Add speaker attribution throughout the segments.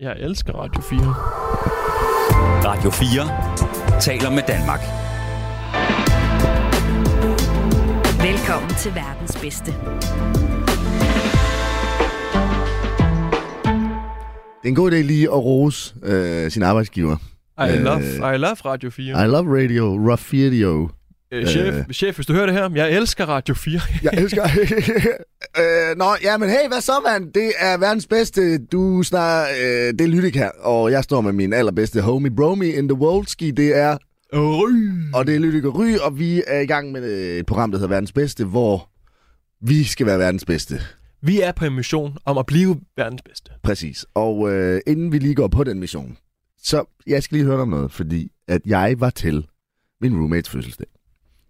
Speaker 1: Jeg elsker Radio 4.
Speaker 2: Radio 4 taler med Danmark.
Speaker 3: Velkommen til verdens bedste.
Speaker 4: Det er en god idé lige at rose øh, sin arbejdsgiver.
Speaker 1: I
Speaker 4: Øh.
Speaker 1: love, I love Radio 4.
Speaker 4: I love radio, rough radio.
Speaker 1: Øh, chef,
Speaker 4: øh.
Speaker 1: chef, hvis du hører det her, jeg elsker Radio 4.
Speaker 4: Jeg elsker... øh, nå, ja, men hey, hvad så, mand? Det er verdens bedste. Du snar... Øh, det er Lydik her, og jeg står med min allerbedste homie, bromie in the world ski. Det er...
Speaker 1: Øh,
Speaker 4: Og det er Lydik og Ry, og vi er i gang med øh, et program, der hedder Verdens Bedste, hvor vi skal være verdens bedste.
Speaker 1: Vi er på en mission om at blive verdens bedste.
Speaker 4: Præcis. Og øh, inden vi lige går på den mission, så jeg skal lige høre dig om noget, fordi at jeg var til min roommates fødselsdag.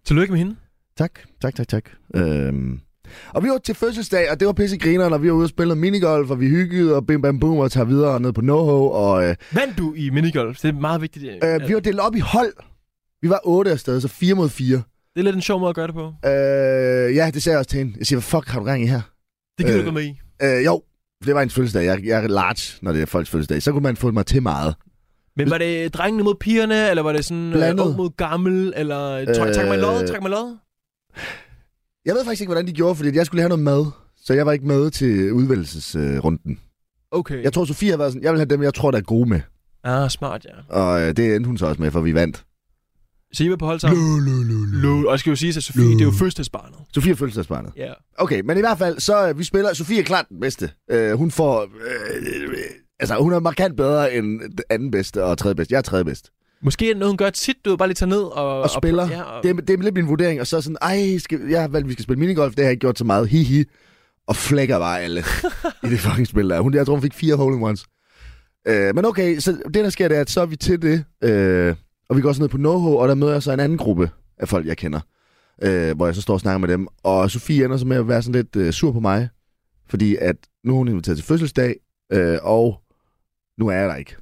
Speaker 1: Tillykke med hende.
Speaker 4: Tak, tak, tak, tak. Øhm. Og vi var til fødselsdag, og det var pissegrineren, og vi var ude og spille noget minigolf, og vi hyggede, og bim bam boom, og tager videre ned på NoHo, og øh,
Speaker 1: Vandt du i minigolf? Det er meget vigtigt.
Speaker 4: øh, vi var delt op i hold. Vi var otte afsted, så fire mod fire.
Speaker 1: Det er lidt en sjov måde at gøre det på.
Speaker 4: Øh, ja, det sagde jeg også til hende. Jeg siger, hvad fuck har du gang i her?
Speaker 1: Det kan øh, du
Speaker 4: Øh.
Speaker 1: gå med i.
Speaker 4: Øh, jo, for det var en fødselsdag. Jeg, jeg er large, når det er folks fødselsdag. Så kunne man få mig til meget.
Speaker 1: Men var det drengene mod pigerne, eller var det sådan øh,
Speaker 4: Blandet.
Speaker 1: ung mod gammel, eller træk, træk mig i lod,
Speaker 4: Øh.
Speaker 1: træk mig i lod?
Speaker 4: Jeg ved faktisk ikke, hvordan de gjorde, fordi jeg skulle have noget mad. Så jeg var ikke med til udvælgelsesrunden.
Speaker 1: Okay.
Speaker 4: Jeg tror, Sofie har været sådan, jeg vil have dem, jeg tror, der er gode med.
Speaker 1: Ah, smart, ja.
Speaker 4: Og øh, det endte hun så også med, for vi vandt.
Speaker 1: Så I var på hold sammen? Lå, Og jeg skal jo sige til Sofie, det er jo fødselsdagsbarnet.
Speaker 4: Sofie er fødselsdagsbarnet.
Speaker 1: Ja.
Speaker 4: Okay, men i hvert fald, så øh, vi spiller... Sofie er klart den bedste. Øh, hun får... Øh, øh, altså, hun er markant bedre end den anden bedste og tredje bedste. Jeg er tredje bedst.
Speaker 1: Måske er det noget, hun gør tit, du ved, bare lige tager ned og...
Speaker 4: Og, og spiller.
Speaker 1: Ja, og,
Speaker 4: Det, er, det er lidt min vurdering. Og så er sådan, ej, skal, jeg har valgt, at vi skal spille minigolf. Det har jeg ikke gjort så meget. Hihi. Og flækker bare alle i det fucking spil der. Hun, jeg tror, hun fik fire hole in ones. Øh, men okay, så det der sker, det er, at så er vi til det. Øh, og vi går så ned på NoHo, og der møder jeg så en anden gruppe af folk, jeg kender. Øh, hvor jeg så står og snakker med dem. Og Sofie ender så med at være sådan lidt øh, sur på mig. Fordi at nu er hun inviteret til fødselsdag, øh, og nu er jeg der ikke.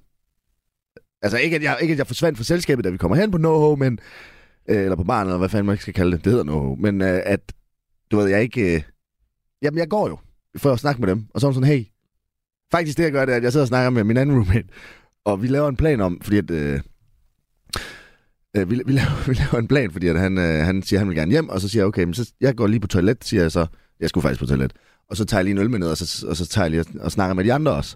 Speaker 4: Altså ikke at, jeg, ikke, at jeg forsvandt fra selskabet, da vi kommer hen på NoHo, men... Øh, eller på barnet, eller hvad fanden man ikke skal kalde det. Det hedder NoHo. Men øh, at, du ved, jeg ikke... Øh, jamen, jeg går jo for at snakke med dem. Og så er hun sådan, hey... Faktisk det, jeg gør, det er, at jeg sidder og snakker med min anden roommate. Og vi laver en plan om, fordi at... Øh, øh, vi, vi, laver, vi laver en plan, fordi at han, øh, han siger, at han vil gerne hjem. Og så siger jeg, okay, men så, jeg går lige på toilet, siger jeg så. Jeg skulle faktisk på toilet. Og så tager jeg lige en øl med ned, og så, og så tager jeg lige og, og snakker med de andre også.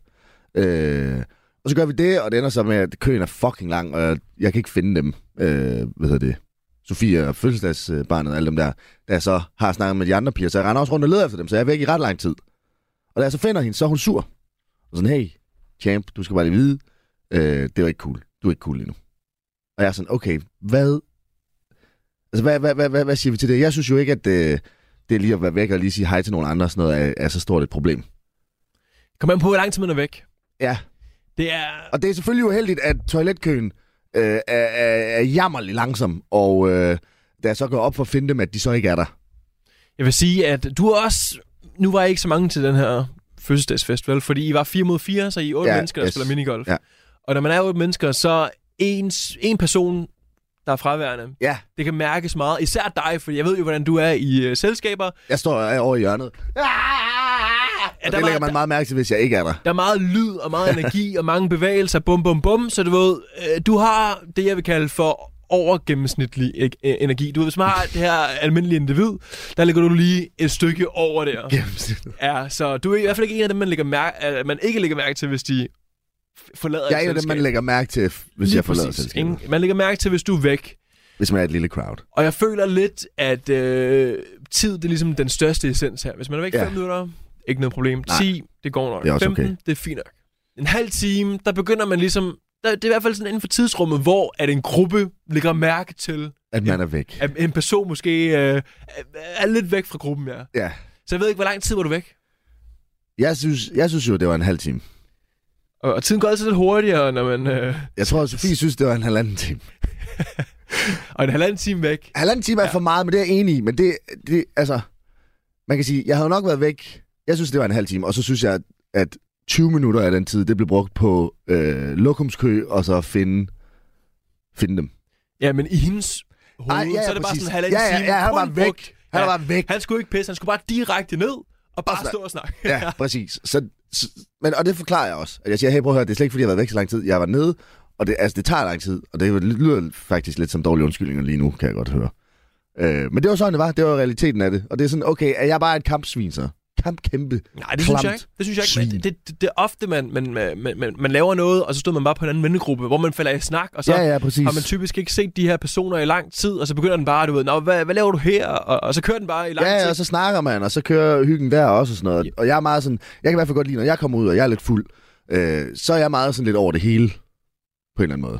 Speaker 4: Øh, og så gør vi det, og det ender så med, at køen er fucking lang, og jeg, jeg kan ikke finde dem. Øh, hvad hedder det? Sofie og fødselsdagsbarnet og alle dem der, da jeg så har snakket med de andre piger, så jeg render også rundt og leder efter dem, så jeg er væk i ret lang tid. Og da jeg så finder hende, så er hun sur. Og sådan, hey, champ, du skal bare lige vide, øh, det var ikke cool. Du er ikke cool endnu. Og jeg er sådan, okay, hvad... Altså, hvad, hvad, hvad, hvad, hvad siger vi til det? Jeg synes jo ikke, at øh, det er lige at være væk og lige sige hej til nogen andre og sådan noget, er, er så stort et problem.
Speaker 1: Kom an på, hvor lang tid man er væk.
Speaker 4: Ja,
Speaker 1: Det er...
Speaker 4: og det er selvfølgelig uheldigt, at toiletkøen øh, er, er, er jammerlig langsom, og øh, da jeg så går op for at finde dem, at de så ikke er der.
Speaker 1: Jeg vil sige, at du er også... Nu var I ikke så mange til den her fødselsdagsfest, vel? Fordi I var 4 mod 4, så I er 8 ja,
Speaker 4: Ja,
Speaker 1: mennesker, der yes.
Speaker 4: yes.
Speaker 1: spiller minigolf.
Speaker 4: Ja.
Speaker 1: Og når man er 8 mennesker, så en, en person, der er fraværende,
Speaker 4: Ja,
Speaker 1: det kan mærkes meget. Især dig, for jeg ved jo, hvordan du er i uh, selskaber.
Speaker 4: Jeg står over i hjørnet. Ja,
Speaker 1: der
Speaker 4: ah, og det
Speaker 1: var-
Speaker 4: lægger man
Speaker 1: der-
Speaker 4: meget mærke til, hvis jeg ikke er der.
Speaker 1: Der er meget lyd og meget energi og mange bevægelser, bum bum bum, så du ved, øh, du har det, jeg vil kalde for overgennemsnitlig e- e- energi. Du ved, hvis man har det her almindelige individ, der ligger du lige et stykke over der.
Speaker 4: Gennemsnittet.
Speaker 1: Ja, så du er i hvert fald ikke en af dem, man, lægger mærke, at man ikke lægger mærke til, hvis de f- forlader
Speaker 4: Jeg er
Speaker 1: et
Speaker 4: en af dem, man
Speaker 1: selskab.
Speaker 4: lægger mærke til, hvis
Speaker 1: Lige
Speaker 4: jeg forlader
Speaker 1: præcis,
Speaker 4: selskabet.
Speaker 1: ikke? Man lægger mærke til, hvis du er væk.
Speaker 4: Hvis man er et lille crowd.
Speaker 1: Og jeg føler lidt, at øh, tid det er ligesom den største essens her. Hvis man er væk
Speaker 4: Ja.
Speaker 1: 5 minutter, ikke noget problem.
Speaker 4: Nej.
Speaker 1: 10, det går nok.
Speaker 4: Det er også
Speaker 1: 15,
Speaker 4: okay.
Speaker 1: det er fint nok. En halv time, der begynder man ligesom... Der, det er i hvert fald sådan inden for tidsrummet, hvor at en gruppe lægger mærke til,
Speaker 4: At man er væk.
Speaker 1: at en person måske øh, er- er lidt væk fra gruppen, ja.
Speaker 4: Ja.
Speaker 1: Så jeg ved ikke, hvor lang tid var du væk?
Speaker 4: Jeg synes, jeg synes jo, det var en halv time.
Speaker 1: Og, og tiden går altid lidt hurtigere, når man... Øh,
Speaker 4: Jeg tror, at Sofie synes, det var en halvanden time.
Speaker 1: og en halvanden time væk.
Speaker 4: Halvanden time er
Speaker 1: Ja.
Speaker 4: for meget, men det er jeg enig i. Men det, det, altså... Man kan sige, jeg havde nok været væk. Jeg synes, det var en halv time. Og så synes jeg, at- at 20 minutter af den tid, det blev brugt på øh, lokumskø, og så finde, finde dem.
Speaker 1: Ja, men i hendes hoved,
Speaker 4: Ej, ja, ja,
Speaker 1: så er det bare
Speaker 4: præcis.
Speaker 1: sådan en halvanden
Speaker 4: Ja, ja,
Speaker 1: time.
Speaker 4: ja, han
Speaker 1: kun
Speaker 4: var væk.
Speaker 1: brugt.
Speaker 4: Han var væk.
Speaker 1: Han skulle ikke pisse, han skulle bare direkte ned og bare
Speaker 4: Og snak.
Speaker 1: stå og snakke.
Speaker 4: Ja, præcis. Så, s- men, og det forklarer jeg også. At jeg siger, hey, prøv at høre, det er slet ikke, fordi jeg har været væk så lang tid. Jeg var nede, og det, altså, det tager lang tid. Og det lyder faktisk lidt som dårlige undskyldninger lige nu, kan jeg godt høre. Øh, men det var sådan, det var. Det var realiteten af det. Og det er sådan, okay, er jeg bare et kampsvin så? Kampkæmpe.
Speaker 1: Nej, det synes jeg
Speaker 4: Klamt
Speaker 1: ikke. Det synes jeg ikke.
Speaker 4: svin.
Speaker 1: Det, det, det er ofte, man, man, man, man, man laver noget, og så stod man bare på en anden vennegruppe, hvor man falder i snak, og så
Speaker 4: ja, ja, præcis.
Speaker 1: har man typisk ikke set de her personer i lang tid, og så begynder den bare, du ved, Nå, hvad, hvad laver du her? Og, og så kører den bare i lang
Speaker 4: Ja,
Speaker 1: tid.
Speaker 4: ja, og så snakker man, og så kører hyggen der også og sådan noget.
Speaker 1: Ja.
Speaker 4: Og jeg er meget sådan, jeg kan i hvert fald godt lide, når jeg kommer ud, og jeg er lidt fuld, øh, så er jeg meget sådan lidt over det hele, på en eller anden måde.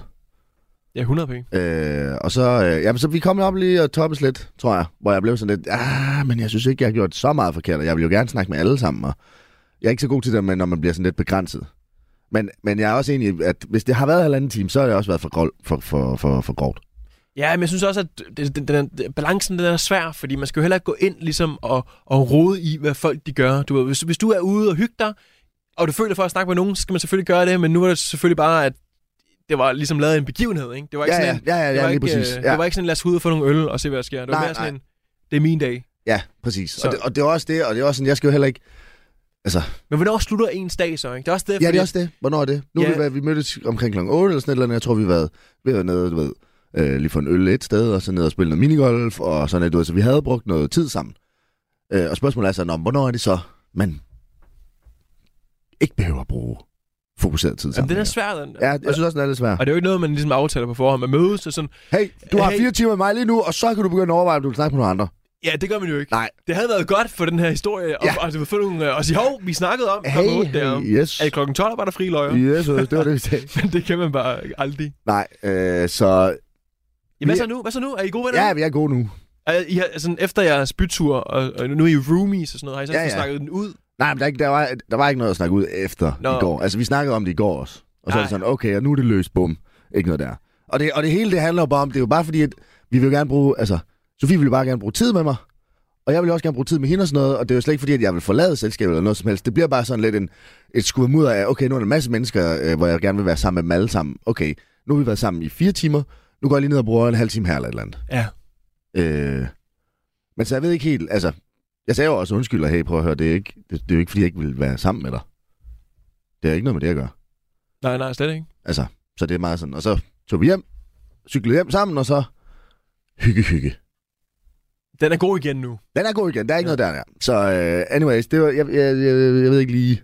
Speaker 1: Ja, 100 penge.
Speaker 4: Øh, og så, øh, jamen, så vi kom op lige og toppes lidt, tror jeg, hvor jeg blev sådan lidt, ah, men jeg synes ikke, jeg har gjort så meget forkert, og jeg vil jo gerne snakke med alle sammen, og jeg er ikke så god til det, men når man bliver sådan lidt begrænset. Men, men jeg er også enig, i, at hvis det har været halvanden time, så har det også været for, grov, for, for, for, for grovt.
Speaker 1: Ja, men jeg synes også, at det, den, den, den, balancen den er svær, fordi man skal jo heller ikke gå ind ligesom, og, og rode i, hvad folk de gør. Du, ved, hvis, hvis du er ude og hygge dig, og du føler for at snakke med nogen, så skal man selvfølgelig gøre det, men nu er det selvfølgelig bare, at det var ligesom lavet i en begivenhed, ikke? Det var ikke
Speaker 4: Ja,
Speaker 1: sådan
Speaker 4: ja,
Speaker 1: en,
Speaker 4: ja, ja,
Speaker 1: det var
Speaker 4: ja, lige
Speaker 1: ikke,
Speaker 4: præcis.
Speaker 1: øh,
Speaker 4: Ja.
Speaker 1: Det var ikke sådan, lad os ud og få nogle øl og se, hvad der sker. Det var
Speaker 4: Nej,
Speaker 1: mere sådan
Speaker 4: nej.
Speaker 1: en, det er min dag.
Speaker 4: Ja, præcis.
Speaker 1: Så-
Speaker 4: Og det, og det er også det, og det er også sådan, jeg skal jo heller ikke... Altså,
Speaker 1: Men hvornår slutter ens dag så, ikke? Det er også det,
Speaker 4: ja,
Speaker 1: fordi-
Speaker 4: det er også det. Hvornår er det? Nu ja.
Speaker 1: Ja.
Speaker 4: vi, været- vi mødtes omkring kl. 8 eller sådan et eller andet. Jeg tror, vi har været ved at være nede, du ved, øh, lige få en øl et sted, og så ned og spille noget minigolf, og sådan noget. Du ved, så vi havde brugt noget tid sammen. Øh, og spørgsmålet er så, nå, men hvornår er det så, man ikke behøver at bruge fokuseret tid
Speaker 1: Jamen,
Speaker 4: sammen?
Speaker 1: den er
Speaker 4: mere?
Speaker 1: svær, den.
Speaker 4: Ja, jeg synes også, den er lidt svær.
Speaker 1: Og det er jo ikke noget, man ligesom aftaler på forhånd. Man mødes og sådan,
Speaker 4: Hey, du har
Speaker 1: Hey.
Speaker 4: fire timer med mig lige nu, og så kan du begynde at overveje, om du vil snakke med nogle andre.
Speaker 1: ja, det gør man jo ikke.
Speaker 4: Nej.
Speaker 1: Det havde været godt for den her historie, og,
Speaker 4: Ja.
Speaker 1: og, og få nogle, øh, og sige, hov, vi snakkede om, klokken
Speaker 4: Hey,
Speaker 1: otte derom.
Speaker 4: hey, yes.
Speaker 1: Er det klokken 12, var der fri løjer?
Speaker 4: Yes, det var det, vi sagde.
Speaker 1: Men det kan man bare aldrig.
Speaker 4: Nej, øh, så
Speaker 1: Ja, hvad
Speaker 4: Vi-
Speaker 1: så nu? Hvad så nu? Er I gode venner?
Speaker 4: ja, vi er gode nu.
Speaker 1: Er I, har- sådan, efter jeres bytur, og, og nu er I roomies og sådan noget, har I så
Speaker 4: Ja,
Speaker 1: ja, ja.
Speaker 4: ja.
Speaker 1: snakket den ud?
Speaker 4: Nej, men der, er ikke- der, var, der var ikke noget at snakke ud efter
Speaker 1: Nå.
Speaker 4: Nå. i går. Altså, vi snakkede om det i går også. Og så er
Speaker 1: Ej.
Speaker 4: det sådan, okay, og nu er det løst, bum. Ikke noget der. Og det, og det hele, det handler jo bare om, det er jo bare fordi, at vi vil jo gerne bruge, altså, Sofie vil jo bare gerne bruge tid med mig. Og jeg vil jo også gerne bruge tid med hende og sådan noget, og det er jo slet ikke fordi, at jeg vil forlade selskabet eller noget som helst. Det bliver bare sådan lidt en, et skud mudder af, okay, nu er der en masse mennesker, øh, hvor jeg gerne vil være sammen med dem alle sammen. Okay, nu har vi været sammen i fire timer, nu går jeg lige ned og bruger en halv time her eller et eller andet.
Speaker 1: Ja.
Speaker 4: Øh, men så jeg ved ikke helt, altså, jeg sagde jo også undskyld, og hey, prøv at høre, det er, ikke, det, det er jo ikke, fordi jeg ikke vil være sammen med dig. Det er ikke noget med det at gøre.
Speaker 1: Nej, nej, slet ikke.
Speaker 4: Altså, så det er meget sådan, og så tog vi hjem, cyklede hjem sammen, og så hygge, hygge.
Speaker 1: Den er god igen nu.
Speaker 4: Den er god igen, der er ikke
Speaker 1: Ja.
Speaker 4: ja. noget der, der. Så uh, anyways, det var, jeg, jeg, jeg, jeg ved ikke lige.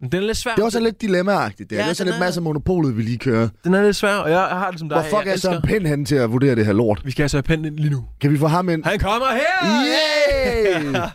Speaker 1: Men Den er lidt svær.
Speaker 4: Det var sådan lidt dilemmaagtigt der.
Speaker 1: Ja,
Speaker 4: Ja, det var sådan
Speaker 1: den
Speaker 4: lidt
Speaker 1: er-
Speaker 4: masser af monopolet, vi lige kører.
Speaker 1: Den er lidt svær, og jeg, jeg har det som dig.
Speaker 4: Hvor fuck
Speaker 1: jeg
Speaker 4: er så en
Speaker 1: elsker-
Speaker 4: pind henne til at vurdere det her lort?
Speaker 1: Vi skal altså have pinden lige nu.
Speaker 4: Kan vi få ham ind?
Speaker 1: Han kommer her!
Speaker 4: Yeah!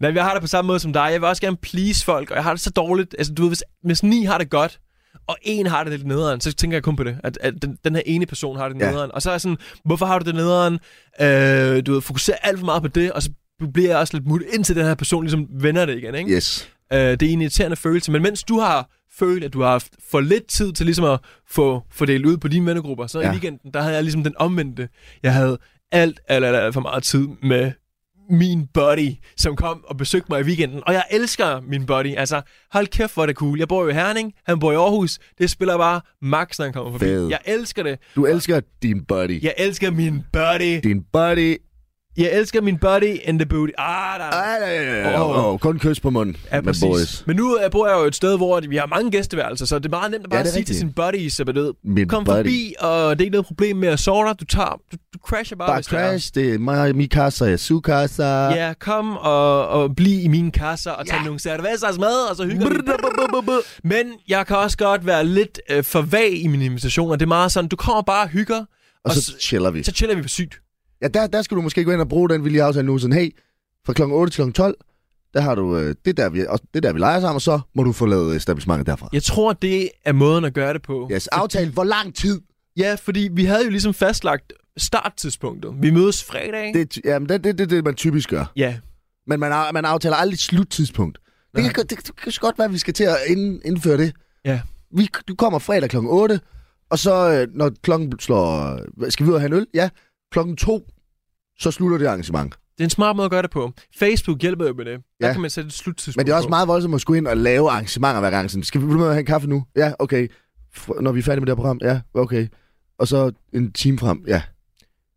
Speaker 1: Nej, jeg har det på samme måde som dig. Jeg vil også gerne please folk, og jeg har det så dårligt. Altså, du ved, hvis, hvis ni har det godt, og en har det lidt nederen, så tænker jeg kun på det. At, at den, den her ene person har det
Speaker 4: Ja.
Speaker 1: nederen. Og så er jeg sådan, hvorfor har du det nederen? Øh, du ved, fokuserer alt for meget på det, og så bliver jeg også lidt mut, indtil den her person ligesom vender det igen, ikke?
Speaker 4: Yes.
Speaker 1: Øh, det er en irriterende følelse, men mens du har følt, at du har haft for lidt tid til ligesom at få, få delt ud på dine vennegrupper, så ja.
Speaker 4: Ja.
Speaker 1: i weekenden, der havde jeg ligesom den omvendte. Jeg havde alt, alt, alt, alt for meget tid med min buddy, som kom og besøgte mig i weekenden. Og jeg elsker min buddy. Altså, hold kæft, hvor er det cool. Jeg bor jo i Herning, han bor i Aarhus. Det spiller bare max, når han kommer forbi.
Speaker 4: Fed.
Speaker 1: Jeg elsker det.
Speaker 4: Du elsker din buddy.
Speaker 1: Jeg elsker min buddy.
Speaker 4: Din buddy.
Speaker 1: Jeg elsker min buddy in the booty. Ah, der,
Speaker 4: Ej, nej, nej, nej.
Speaker 1: Åh.
Speaker 4: Oh, oh, kun kys på munden
Speaker 1: Ja,
Speaker 4: med
Speaker 1: præcis.
Speaker 4: boys.
Speaker 1: Men nu øh, bor jeg jo et sted, hvor at vi har mange gæsteværelser, så det er meget nemt at bare
Speaker 4: Ja,
Speaker 1: ja,
Speaker 4: det
Speaker 1: sige
Speaker 4: er
Speaker 1: til
Speaker 4: rigtigt.
Speaker 1: sin buddies, at du ved,
Speaker 4: Min
Speaker 1: kom
Speaker 4: buddy.
Speaker 1: forbi, og det er ikke noget problem med at sove dig. Du, tager, du, du crasher bare,
Speaker 4: Bare
Speaker 1: hvis
Speaker 4: crash, det er mig, min kasse, jeg su kasse.
Speaker 1: det er. Ja, kom og, og bliv i mine kasser og tag ja. nogle cervezas med, og så hygger vi. Men jeg kan også godt være lidt øh, for vag i mine invitationer. Det er meget sådan, du kommer bare og hygger,
Speaker 4: Og så
Speaker 1: s-
Speaker 4: chiller vi.
Speaker 1: så chiller vi på sygt.
Speaker 4: Ja, der, der skal du måske gå ind og bruge den, vi lige aftalte nu. Sådan, hey, fra kl. 8 til kl. 12, der har du øh, det, der, vi, og det der, vi leger sammen, og så må du få lavet establishmentet derfra.
Speaker 1: Jeg tror, det er måden at gøre det på.
Speaker 4: Yes, aftale, hvor lang tid?
Speaker 1: Ja, fordi vi havde jo ligesom fastlagt starttidspunktet. Vi mødes fredag.
Speaker 4: Det, er ty- jamen, det, det, det, det, man typisk gør.
Speaker 1: Ja,
Speaker 4: Men man, a- man aftaler aldrig sluttidspunkt. Det kan, godt- det, det kan så godt være, at vi skal til at ind, indføre det.
Speaker 1: ja.
Speaker 4: vi, du kommer fredag kl. 8, og så øh, når klokken slår, øh, skal vi ud og have en øl? Ja, klokken 2, så slutter det arrangement.
Speaker 1: Det er en smart måde at gøre det på. Facebook hjælper jo med det. Der
Speaker 4: Ja.
Speaker 1: kan man sætte et sluttidspunkt
Speaker 4: Men det er også
Speaker 1: på.
Speaker 4: meget voldsomt at skulle ind og lave arrangementer hver gang. Sådan, skal vi blive med at have en kaffe nu? Ja, okay. Fr- når vi er færdige med det her program? Ja, okay. Og så en time frem, ja.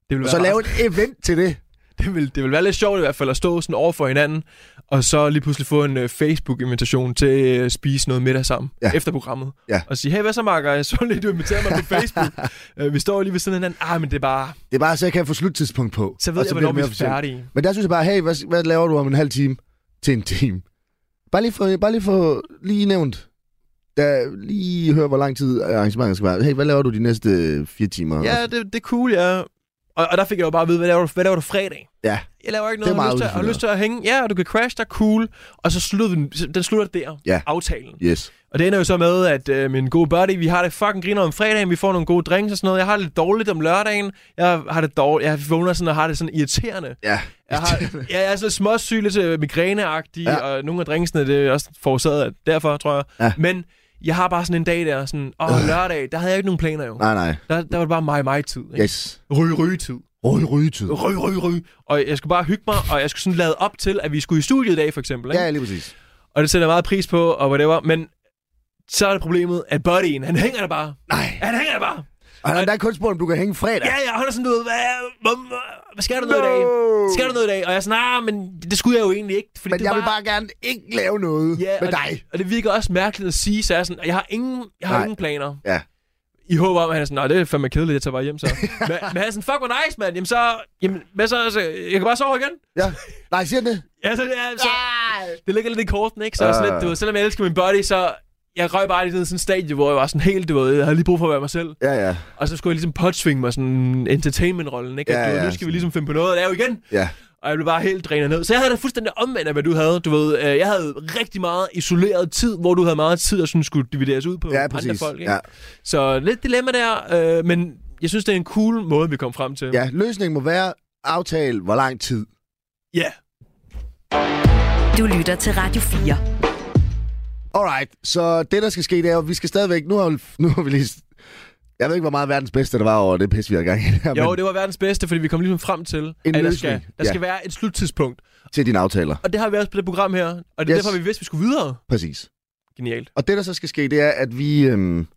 Speaker 1: Det vil
Speaker 4: Og så
Speaker 1: være
Speaker 4: lave
Speaker 1: meget-
Speaker 4: et event til det.
Speaker 1: det, vil, det vil være lidt sjovt i hvert fald at stå sådan over for hinanden, og så lige pludselig få en øh, Facebook-invitation til at øh, spise noget middag sammen
Speaker 4: Ja.
Speaker 1: ja. efter programmet.
Speaker 4: Ja.
Speaker 1: Og sige, hey, hvad så, Marker? Jeg så lige, du inviterer mig på Facebook. øh, vi står lige ved siden af hinanden. Ah, men det er bare...
Speaker 4: Det er bare, så jeg kan få sluttidspunkt på.
Speaker 1: Så ved
Speaker 4: og
Speaker 1: jeg,
Speaker 4: bliver
Speaker 1: hvornår
Speaker 4: det
Speaker 1: vi
Speaker 4: mere
Speaker 1: er
Speaker 4: officielt.
Speaker 1: færdige.
Speaker 4: Men der synes jeg bare, hey, hvad, hvad laver du om en halv time til en time? Bare lige få, bare lige, få, lige nævnt. Da, lige hør, hvor lang tid arrangementet skal være. Hey, hvad laver du de næste øh, fire timer?
Speaker 1: Ja, det, det er cool, ja. Og, og der fik jeg jo bare at vide, hvad laver du, hvad laver du fredag?
Speaker 4: Ja.
Speaker 1: Jeg laver ikke
Speaker 4: Det er
Speaker 1: noget, jeg har
Speaker 4: meget
Speaker 1: lyst, til, jeg har
Speaker 4: udfordrende.
Speaker 1: lyst til at hænge. Ja, og du kan crash, der er cool. Og så slutter den, den slutter der,
Speaker 4: Ja.
Speaker 1: aftalen.
Speaker 4: Yes.
Speaker 1: Og det ender jo så med, at øh, min gode buddy, vi har det fucking griner om fredagen, vi får nogle gode drinks og sådan noget. Jeg har det lidt dårligt om lørdagen. Jeg har det dårligt. Jeg vågner sådan og har det sådan irriterende.
Speaker 4: Ja.
Speaker 1: Jeg, har, ja, jeg er sådan lidt småsyg, lidt øh, migræneagtig,
Speaker 4: Ja.
Speaker 1: ja. og nogle af drinksene, det er også forårsaget af, derfor, tror jeg.
Speaker 4: Ja.
Speaker 1: Men jeg har bare sådan en dag der, sådan, åh,
Speaker 4: Øh.
Speaker 1: lørdag, der havde jeg ikke nogen planer jo.
Speaker 4: Nej, nej.
Speaker 1: Der, der var det bare mig, mig tid. Ikke?
Speaker 4: Yes.
Speaker 1: Ryg, ryg tid.
Speaker 4: Røg, rygetid.
Speaker 1: Ryg, ryg, ryg. Og jeg skulle bare hygge mig, og jeg skulle sådan lade op til, at vi skulle i studiet i dag, for eksempel. Ikke?
Speaker 4: Ja, lige præcis.
Speaker 1: Og det sætter jeg meget pris på, og whatever. Men så er det problemet, at buddyen, han hænger der bare.
Speaker 4: Nej.
Speaker 1: Han hænger der bare.
Speaker 4: Og der er kun spurgt, om du kan hænge fredag.
Speaker 1: Ja, ja, og han er sådan, du ved, hvad, hvad, hvad skal der noget i dag?
Speaker 4: No.
Speaker 1: Skal der noget i dag? Og jeg er sådan, nej, men det skulle jeg jo egentlig ikke. Fordi
Speaker 4: Men
Speaker 1: det
Speaker 4: jeg
Speaker 1: var...
Speaker 4: vil bare gerne ikke lave noget
Speaker 1: Ja,
Speaker 4: med
Speaker 1: og,
Speaker 4: dig.
Speaker 1: Og det virker også mærkeligt at sige, så jeg er sådan, jeg har ingen, jeg har
Speaker 4: Nej.
Speaker 1: ingen planer.
Speaker 4: Ja.
Speaker 1: I håber om, at han er sådan, nej, det er fandme kedeligt, jeg tager bare hjem så. men, men, han er sådan, fuck, hvor nice, mand. Jamen så, jamen, hvad så, altså, jeg kan bare sove igen.
Speaker 4: Ja. Nej, siger han det?
Speaker 1: Ja, så, ja, så, det ligger lidt i korten, ikke? Så uh. sådan
Speaker 4: Ah.
Speaker 1: lidt, du ved, selvom jeg elsker min body, så jeg røg bare lige ned i sådan en stadie, hvor jeg var sådan helt, du ved, jeg havde lige brug for at være mig selv.
Speaker 4: Ja, ja.
Speaker 1: Og så skulle jeg ligesom påtvinge mig sådan entertainment-rollen, ikke? At,
Speaker 4: Ja,
Speaker 1: du ved,
Speaker 4: ja,
Speaker 1: nu skal vi
Speaker 4: sådan.
Speaker 1: ligesom finde på noget, og det er jo igen.
Speaker 4: Ja.
Speaker 1: Og jeg blev bare helt drænet ned. Så jeg havde det fuldstændig omvendt af, hvad du havde. Du ved, øh, jeg havde rigtig meget isoleret tid, hvor du havde meget tid, og sådan skulle divideres ud på
Speaker 4: Ja,
Speaker 1: andre
Speaker 4: præcis.
Speaker 1: folk, ikke?
Speaker 4: Ja.
Speaker 1: Så lidt dilemma der, øh, men jeg synes, det er en cool måde, vi kom frem til.
Speaker 4: ja, løsningen må være aftale, hvor lang tid.
Speaker 1: Ja.
Speaker 3: Du lytter til Radio 4.
Speaker 4: Alright, så det, der skal ske, det er, at vi skal stadigvæk... Nu har, nu har vi lige... Jeg ved ikke, hvor meget verdens bedste der var over det pis, vi har gang i her,
Speaker 1: Jo,
Speaker 4: men
Speaker 1: det var verdens bedste, fordi vi kom ligesom frem til,
Speaker 4: En
Speaker 1: at der
Speaker 4: løsning,
Speaker 1: skal, der
Speaker 4: ja.
Speaker 1: skal være et sluttidspunkt.
Speaker 4: til dine aftaler.
Speaker 1: Og det har vi også på det program her, og det er
Speaker 4: Yes.
Speaker 1: yes. derfor, vi vidste, vi skulle videre.
Speaker 4: Præcis.
Speaker 1: Genialt.
Speaker 4: Og det, der så skal ske, det er, at vi... Øhm,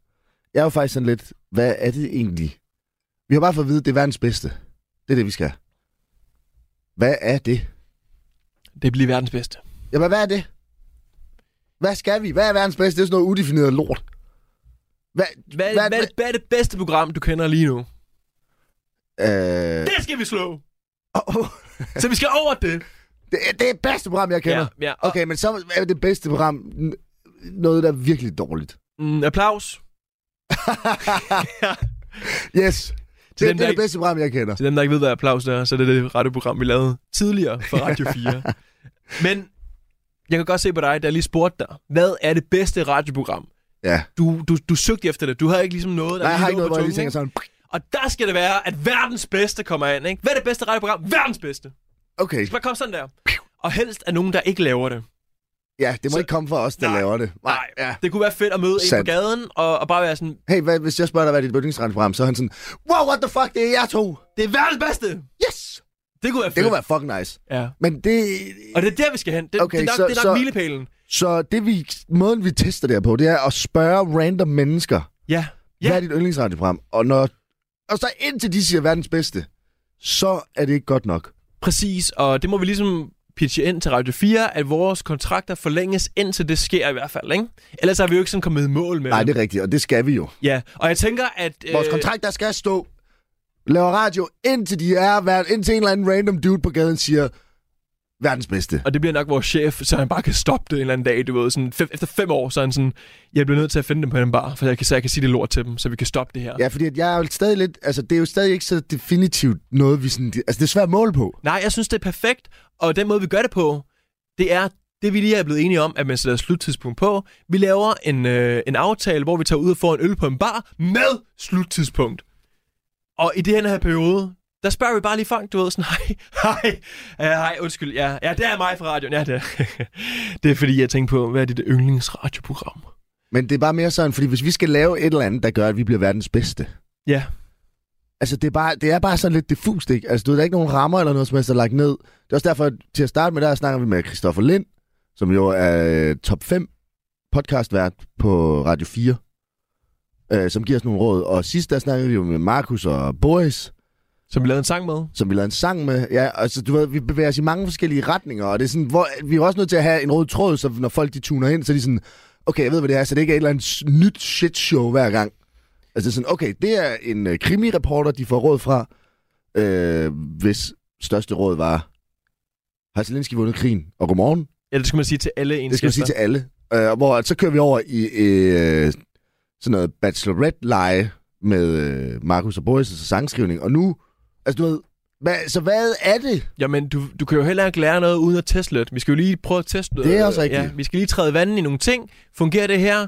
Speaker 4: jeg er jo faktisk sådan lidt... Hvad er det egentlig? Vi har bare fået at vide, at det er verdens bedste. Det er det, vi skal. Hvad er det?
Speaker 1: Det bliver verdens bedste.
Speaker 4: Jamen, hvad er det? Hvad skal vi? Hvad er verdens bedste? Det er sådan noget udefineret lort. Hvad,
Speaker 1: Hvad, hvad, hvad, hvad er det bedste program, du kender lige nu?
Speaker 4: øh,
Speaker 1: Det skal vi slå!
Speaker 4: åh, åh,
Speaker 1: Så vi skal over det.
Speaker 4: det, er- det er det bedste program, jeg kender.
Speaker 1: Ja, ja. Og, okay.
Speaker 4: Okay, men så er det bedste program n- noget, der er virkelig dårligt.
Speaker 1: mm, applaus
Speaker 4: yes,
Speaker 1: Til den,
Speaker 4: det, det er
Speaker 1: der
Speaker 4: det
Speaker 1: ikke-
Speaker 4: bedste program, jeg kender.
Speaker 1: til dem, der ikke ved, hvad applaus er. Så det er det radioprogram, vi lavede tidligere for Radio 4. Men jeg kan godt se på dig, da jeg lige spurgte dig, hvad er det bedste radioprogram?
Speaker 4: Ja.
Speaker 1: Du, du, du søgte efter det. Du havde ikke ligesom noget, der
Speaker 4: Nej,
Speaker 1: lige
Speaker 4: jeg
Speaker 1: lå
Speaker 4: har ikke noget,
Speaker 1: på
Speaker 4: hvor jeg lige
Speaker 1: tungen,
Speaker 4: tænker sådan...
Speaker 1: ikke? Og der skal det være, at verdens bedste kommer ind. Ikke? Hvad er det bedste radioprogram? Verdens bedste. Det
Speaker 4: Okay,
Speaker 1: skal bare komme sådan der. Og helst er nogen, der ikke laver det.
Speaker 4: ja, det må
Speaker 1: Så-
Speaker 4: ikke komme fra os, der
Speaker 1: Nej,
Speaker 4: laver det.
Speaker 1: Nej,
Speaker 4: Ja.
Speaker 1: det kunne være fedt at møde en
Speaker 4: Sandt.
Speaker 1: på gaden, og, og bare være sådan,
Speaker 4: Hey, hvad, hvis jeg spørger dig, hvad er dit yndlingsradioprogram, så er han sådan... Wow, what the fuck, det er jer to!
Speaker 1: det er verdens bedste!
Speaker 4: Yes!
Speaker 1: Det kunne være fedt.
Speaker 4: Det kunne være fucking nice.
Speaker 1: Ja.
Speaker 4: Men det...
Speaker 1: Og det er der, vi skal hen. Det,
Speaker 4: Okay,
Speaker 1: okay, det er nok,
Speaker 4: så-
Speaker 1: så, det er nok
Speaker 4: så-
Speaker 1: så... milepælen.
Speaker 4: Så det, vi, måden, vi tester det her på, det er at spørge random mennesker,
Speaker 1: Ja.
Speaker 4: ja.
Speaker 1: Ja.
Speaker 4: hvad er dit yndlingsradioprogram? Og, når, og så indtil de siger verdens bedste, så er det ikke godt nok.
Speaker 1: Præcis, og det må vi ligesom pitche ind til Radio 4, at vores kontrakter forlænges indtil det sker i hvert fald, ikke? Ellers har vi jo ikke sådan kommet i mål med
Speaker 4: Nej,
Speaker 1: det.
Speaker 4: det er rigtigt, og det skal vi jo.
Speaker 1: Ja, og jeg tænker, at... øh,
Speaker 4: Vores kontrakt, der skal stå, laver radio, indtil de er værd, indtil en eller anden random dude på gaden siger, verdens bedste.
Speaker 1: Og det bliver nok vores chef, så han bare kan stoppe det en eller anden dag, du ved. Sådan, fem, efter fem år, så er han sådan, jeg bliver nødt til at finde dem på en bar, for jeg kan, så jeg kan sige det lort til dem, så vi kan stoppe det her.
Speaker 4: Ja, fordi at jeg er jo stadig lidt, altså det er jo stadig ikke så definitivt noget, vi sådan, altså det er svært at måle på.
Speaker 1: Nej, jeg synes, det er perfekt, og den måde, vi gør det på, det er det, vi lige er blevet enige om, at man sætter et sluttidspunkt på. Vi laver en, øh, en aftale, hvor vi tager ud og får en øl på en bar med sluttidspunkt. Og i den her periode, der spørger vi bare lige folk, du ved, sådan, hej, hej, øh, hej, undskyld, ja, ja, det er mig fra radioen, ja, det er. det er fordi, jeg tænker på, hvad er dit yndlingsradioprogram?
Speaker 4: Men det er bare mere sådan, fordi hvis vi skal lave et eller andet, der gør, at vi bliver verdens bedste.
Speaker 1: Ja,
Speaker 4: Altså det er bare, det er bare sådan lidt diffust, ikke? Altså du ved, der er ikke nogen rammer eller noget, som helst, der er lagt ned. Det er også derfor, at til at starte med, der snakker vi med Christoffer Lind, som jo er øh, top 5 podcastvært på Radio 4, øh, som giver os nogle råd. Og sidst, der snakkede vi jo med Markus og Boris,
Speaker 1: Som vi lavede en sang med.
Speaker 4: som vi lavede en sang med. Ja, altså, du ved, vi bevæger os i mange forskellige retninger, og det er sådan, hvor, vi er også nødt til at have en rød tråd, så når folk de tuner ind, så er de sådan, okay, jeg ved, hvad det er, så det ikke er et eller andet s- nyt shit show hver gang. Altså det er sådan, okay, det er en øh, krimireporter, de får råd fra, øh, hvis største råd var, har Zelensky vundet krigen, og godmorgen,
Speaker 1: Ja, det skal man sige til alle ens
Speaker 4: det skal man sige
Speaker 1: gæster.
Speaker 4: til alle. Øh, hvor at så kører vi over i øh, sådan noget bachelorette-leje med øh, Markus og Boris' sangskrivning. Og nu, altså du ved, hvad, så hvad er det?
Speaker 1: Jamen, du, du kan jo heller ikke lære noget uden at teste lidt. Vi skal jo lige prøve at teste noget.
Speaker 4: Det er også rigtigt.
Speaker 1: Ja, vi skal lige træde vandet i nogle ting. Fungerer det her,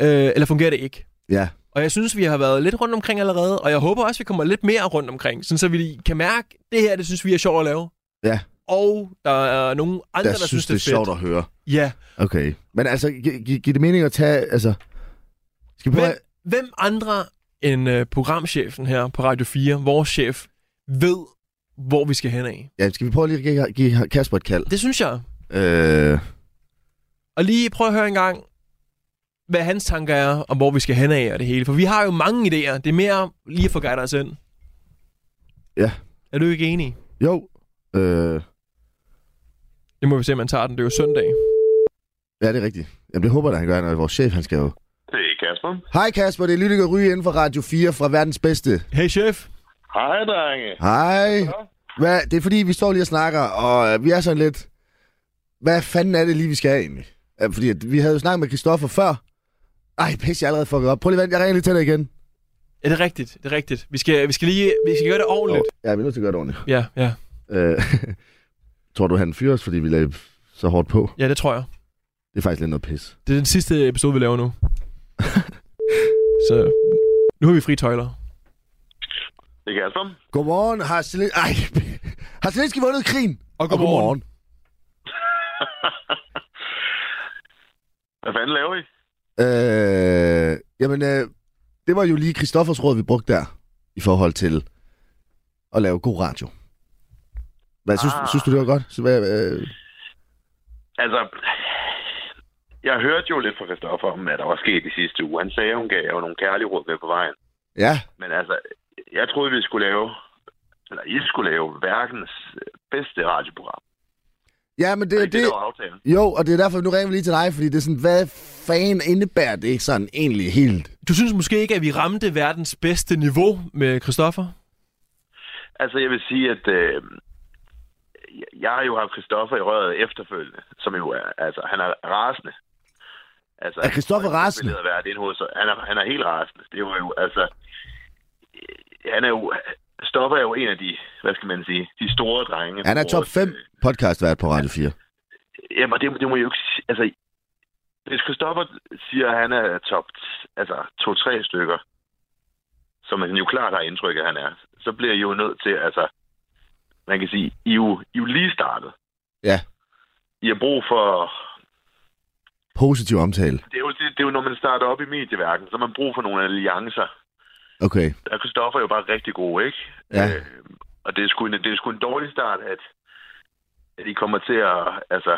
Speaker 1: øh, eller fungerer det ikke?
Speaker 4: Ja,
Speaker 1: Og jeg synes, vi har været lidt rundt omkring allerede, og jeg håber også, vi kommer lidt mere rundt omkring, sådan så vi kan mærke, at det her, det synes vi er sjovt at lave.
Speaker 4: Ja.
Speaker 1: Og der er nogle andre,
Speaker 4: der
Speaker 1: der,
Speaker 4: synes, det er
Speaker 1: fedt.
Speaker 4: sjovt at høre.
Speaker 1: Ja.
Speaker 4: Okay. Men altså, gi- gi- giver det mening at tage, altså... Skal vi prøve
Speaker 1: Hvem,
Speaker 4: at...
Speaker 1: hvem andre end øh, programchefen her på Radio 4, vores chef, ved, hvor vi skal hen af?
Speaker 4: Ja, skal vi prøve lige at give, give Kasper et kald?
Speaker 1: Det synes jeg.
Speaker 4: Øh,
Speaker 1: Og lige prøv at høre en gang, hvad hans tanker er, om hvor vi skal hen af og det hele. For vi har jo mange idéer. Det er mere lige at få guidet os ind.
Speaker 4: Ja.
Speaker 1: Er du ikke enig?
Speaker 4: jo. Øh,
Speaker 1: Det må vi se, om man tager den. Det er jo søndag.
Speaker 4: ja, det er rigtigt. Jamen, det håber jeg, da, han gør, når vores chef, han skal jo...
Speaker 5: Det er Kasper.
Speaker 4: Hej Kasper, det er Lydik og Ry inden for Radio 4 fra verdens bedste.
Speaker 1: Hey chef.
Speaker 5: Hej, drenge.
Speaker 4: Hej. Hvad, det er fordi, vi står lige og snakker, og øh, vi er sådan lidt... Hvad fanden er det lige, vi skal have egentlig? Øh, Fordi at vi havde jo snakket med Christoffer før. Ej, pisse, jeg er allerede fucket op. Prøv lige at vente, jeg ringer lige til dig igen.
Speaker 1: Er det rigtigt? Det er rigtigt. Vi skal, vi skal lige vi skal gøre det ordentligt.
Speaker 4: Ja, vi er nødt til at gøre det ordentligt.
Speaker 1: Ja, ja.
Speaker 4: Øh, tror du, han fyrer os, fordi vi lagde så hårdt på?
Speaker 1: Ja, det tror jeg.
Speaker 4: Det er faktisk lidt noget pis.
Speaker 1: Det er den sidste episode, vi laver nu. Så nu har vi fri tøjler.
Speaker 5: Det er Kasper.
Speaker 4: Godmorgen, har Selen... Ej, har Zelensky vundet krigen?
Speaker 1: Og godmorgen.
Speaker 5: Hvad fanden laver I?
Speaker 4: Øh, jamen, øh, det var jo lige Christoffers råd, vi brugte der, i forhold til at lave god radio. Hvad, synes,
Speaker 5: Ah.
Speaker 4: synes du, det var godt? Så, hvad, øh,
Speaker 5: Altså, jeg hørte jo lidt fra Christoffer om, hvad der var sket i sidste uge. Han sagde, at hun gav jo nogle kærlige råd med på vejen.
Speaker 4: ja,
Speaker 5: Men altså, jeg troede, vi skulle lave, eller I skulle lave verdens bedste radioprogram.
Speaker 4: ja, men
Speaker 5: Det,
Speaker 4: det,
Speaker 5: det, det,
Speaker 4: det,
Speaker 5: der var aftalen.
Speaker 4: jo, og det er derfor, nu ringer vi lige til dig, fordi det er sådan, hvad fanden indebærer det sådan egentlig helt?
Speaker 1: Du synes måske ikke, at vi ramte verdens bedste niveau med Christoffer?
Speaker 5: Altså, jeg vil sige, at øh, jeg har jo haft Christoffer i røret efterfølgende, som jo er, altså, han er rasende. Altså,
Speaker 4: Er Christoffer
Speaker 5: han jo
Speaker 4: rasende?
Speaker 5: billeder værd inde hos- Han er, han er helt rasende. Det var jo, altså, øh, han er jo, Stoffer er jo en af de, hvad skal man sige, de store drenge.
Speaker 4: Han er
Speaker 5: på
Speaker 4: top
Speaker 5: vores,
Speaker 4: 5
Speaker 5: øh,
Speaker 4: podcastvært på Radio 4.
Speaker 5: Jamen, det, det må jeg jo ikke sige. Altså, hvis Christoffer siger, at han er top altså, to-tre stykker, som han jo klart har indtryk af, at han er, så bliver I jo nødt til, altså, man kan sige, I er jo, I er jo lige startet.
Speaker 4: Ja.
Speaker 5: I har brug for...
Speaker 4: Positiv omtale.
Speaker 5: Det er, jo, det, det er jo, når man starter op i medieværken, så har man brug for nogle alliancer.
Speaker 4: Okay.
Speaker 5: Der er Christoffer jo bare rigtig god, ikke?
Speaker 4: Ja.
Speaker 5: Øh, og det er, sgu en, det er sgu en dårlig start, at, at I kommer til at, altså,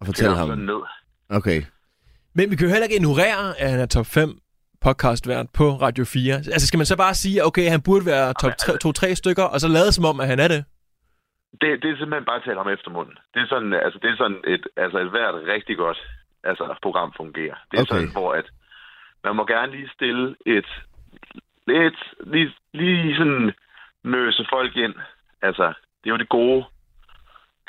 Speaker 4: Og
Speaker 5: til
Speaker 4: fortæl
Speaker 5: ham
Speaker 4: ham.
Speaker 5: sådan ned.
Speaker 4: Okay.
Speaker 1: Men vi kan jo heller ikke ignorere, at han er top 5 podcastvært på Radio 4. Altså skal man så bare sige, okay, han burde være top 2-3 stykker, og så lade som om, at han er det?
Speaker 5: Det, det er simpelthen bare at tale om eftermunden. Det er sådan, altså, det er sådan et, altså et hvert rigtig godt altså, program fungerer. Det er
Speaker 4: Okay.
Speaker 5: okay. sådan, hvor at man må gerne lige stille et, lidt, lige, lige sådan nøse folk ind. Altså, det er jo det gode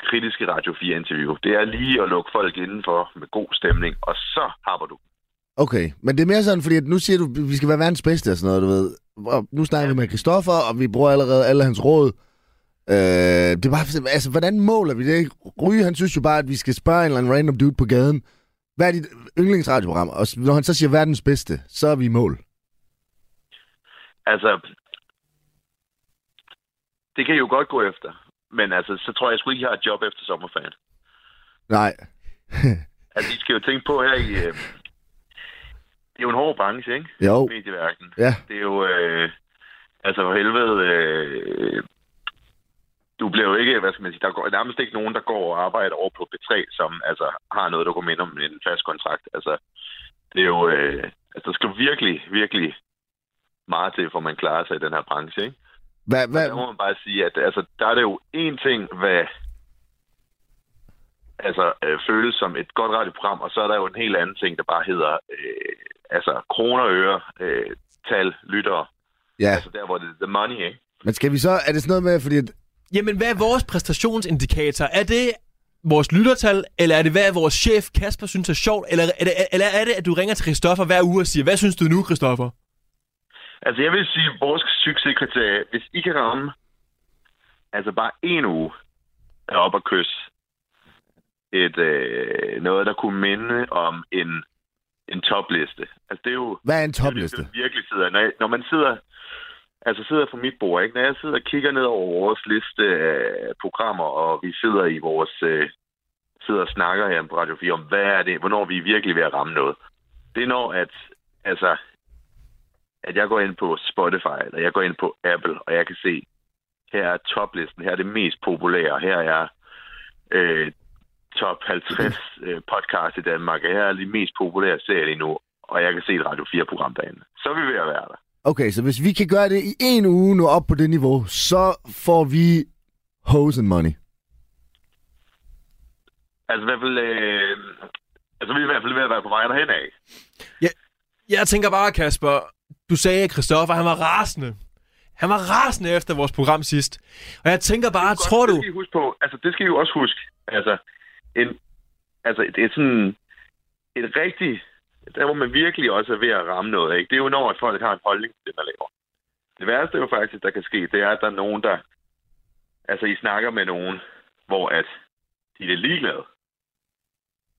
Speaker 5: kritiske Radio 4 interview. Det er lige at lukke folk indenfor med god stemning, og så hopper du.
Speaker 4: Okay, men det er mere sådan, fordi at nu siger du, vi skal være verdens bedste og sådan noget, du ved. Og nu snakker vi med Christoffer, og vi bruger allerede alle hans råd. Øh, det er bare, altså, hvordan måler vi det? Ryge, han synes jo bare, at vi skal spørge en eller anden random dude på gaden, hvad er dit yndlingsradioprogram? Og s- når han så siger verdens bedste, så er vi i mål.
Speaker 5: Altså, det kan I jo godt gå efter. Men altså, så tror jeg sgu ikke, jeg har et job efter sommerferien.
Speaker 4: Nej,
Speaker 5: Altså, I skal jo tænke på her i... Øh, det er jo en hård branche, ikke?
Speaker 4: jo,
Speaker 5: Medieværken.
Speaker 4: ja,
Speaker 5: Det er jo... Øh, altså, for helvede... Øh, du bliver jo ikke, hvad skal man sige, der går nærmest ikke nogen, der går og arbejder over på B3, som altså har noget, der går minde om en fast kontrakt. Altså, det er jo, øh, altså, der skal virkelig, virkelig meget til, for man klarer sig i den her branche, ikke?
Speaker 4: Hvad, hvad,
Speaker 5: Der må man bare sige, at altså, der er det jo én ting, hvad altså, øh, føles som et godt radioprogram, og så er der jo en helt anden ting, der bare hedder øh, altså, kroner, øre, øh, tal, lyttere.
Speaker 4: ja,
Speaker 5: Altså der, hvor det er the money, ikke?
Speaker 4: men skal vi så... Er det sådan noget med, fordi... at-
Speaker 1: Jamen, hvad er vores præstationsindikator? Er det vores lyttertal, eller er det, hvad vores chef Kasper synes er sjovt? Eller er det, eller er det at du ringer til Christoffer hver uge og siger, hvad synes du nu, Christoffer?
Speaker 5: Altså, jeg vil sige, at vores succeskriterie, hvis I kan ramme altså bare en uge er op og kysse et, øh, noget, der kunne minde om en, en topliste. Altså, det er jo...
Speaker 4: Hvad er en
Speaker 5: Det
Speaker 4: topliste?
Speaker 5: er jo det, vi virkelig sidder. Når, jeg- når man sidder... Altså sidder for mit bord, ikke? Når jeg sidder og kigger ned over vores liste af programmer, og vi sidder i vores... Øh, sidder og snakker her på Radio 4 om, hvad er det, hvornår vi er virkelig ved at ramme noget. Det er når, at, altså, at jeg går ind på Spotify, eller jeg går ind på Apple, og jeg kan se, her er toplisten, her er det mest populære, her er øh, top 50 øh, podcast i Danmark, og her er de mest populære serier lige nu, og jeg kan se et Radio 4-program derinde. Så er vi ved at være der.
Speaker 4: Okay, så hvis vi kan gøre det i en uge nu op på det niveau, så får vi hosen money.
Speaker 5: Altså i hvert fald, øh, altså vi er i hvert fald ved at være på vej derhen af.
Speaker 1: Jeg tænker bare, Kasper, du sagde, at Christoffer, han var rasende. Han var rasende efter vores program sidst. Og jeg tænker bare, tror
Speaker 5: det
Speaker 1: du...
Speaker 5: skal I huske på. Altså, det skal I jo også huske. Altså, en, altså det er sådan et rigtigt... Der hvor man virkelig også er ved at ramme noget, ikke? Det er jo når, at folk har en holdning til det, man laver. Det værste jo faktisk, der kan ske, det er, at der er nogen, der... Altså, I snakker med nogen, hvor at de er lidt ligeglade.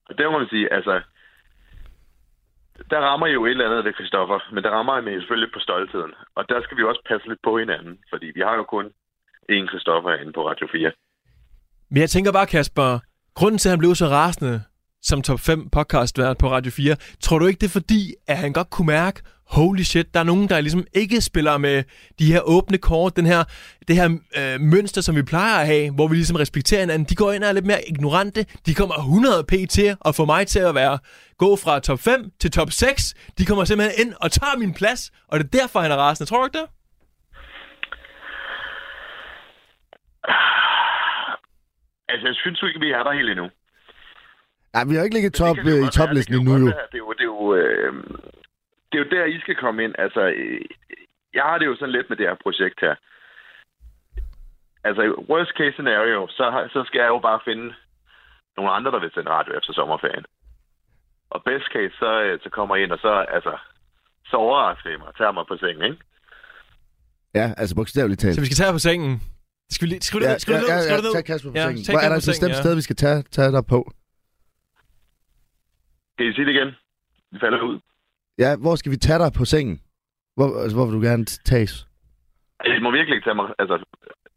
Speaker 5: Og der må man sige, altså... Der rammer I jo et eller andet ved Christoffer, men der rammer jeg selvfølgelig på stoltheden. Og der skal vi jo også passe lidt på hinanden, fordi vi har jo kun en Christoffer inde på Radio 4.
Speaker 1: Men jeg tænker bare, Kasper, grunden til, at han blev så rasende som top 5 podcast vært på Radio 4, tror du ikke, det er fordi, at han godt kunne mærke, holy shit, der er nogen, der ligesom ikke spiller med de her åbne kort, den her, det her øh, mønster, som vi plejer at have, hvor vi ligesom respekterer hinanden. De går ind og er lidt mere ignorante. De kommer 100 p til at få mig til at være gå fra top 5 til top 6. De kommer simpelthen ind og tager min plads, og det er derfor, han er rasende. Tror du ikke det?
Speaker 5: Altså, jeg synes jo ikke, vi er der helt endnu.
Speaker 4: Nej, vi har ikke ligget top,
Speaker 5: Det kan det jo
Speaker 4: øh, i
Speaker 5: godt være,
Speaker 4: toplisten
Speaker 5: det
Speaker 4: endnu
Speaker 5: kan
Speaker 4: jo.
Speaker 5: godt være. Det er jo, det er jo, øh, det er jo der, I skal komme ind. Altså, øh, jeg har det jo sådan lidt med det her projekt her. Altså, worst case scenario, så, har- så skal jeg jo bare finde nogle andre, der vil sende radio efter sommerferien. Og best case, så, øh, så kommer jeg ind, og så, altså, så overrasker I mig og tager mig på sengen, ikke?
Speaker 4: Ja, altså bogstaveligt talt.
Speaker 1: Så vi skal tage her på sengen. Det Skal vi lige, skal du,
Speaker 4: Ja,
Speaker 1: skal du, ned?
Speaker 4: ja, ja,
Speaker 1: skal du
Speaker 4: ja,
Speaker 1: ned?
Speaker 4: tag Kasper på
Speaker 1: Ja,
Speaker 4: sengen.
Speaker 1: tag
Speaker 4: Hvor er
Speaker 1: Kasper
Speaker 4: der
Speaker 1: på
Speaker 4: et
Speaker 1: sengen,
Speaker 4: bestemt
Speaker 1: ja.
Speaker 4: sted, vi skal tage, tage dig på?
Speaker 5: Kan I sige det igen? Vi falder ud.
Speaker 4: Ja, hvor skal vi tage dig på sengen? Hvor, altså, hvor vil du gerne tages?
Speaker 5: Altså, I må virkelig ikke tage mig, altså,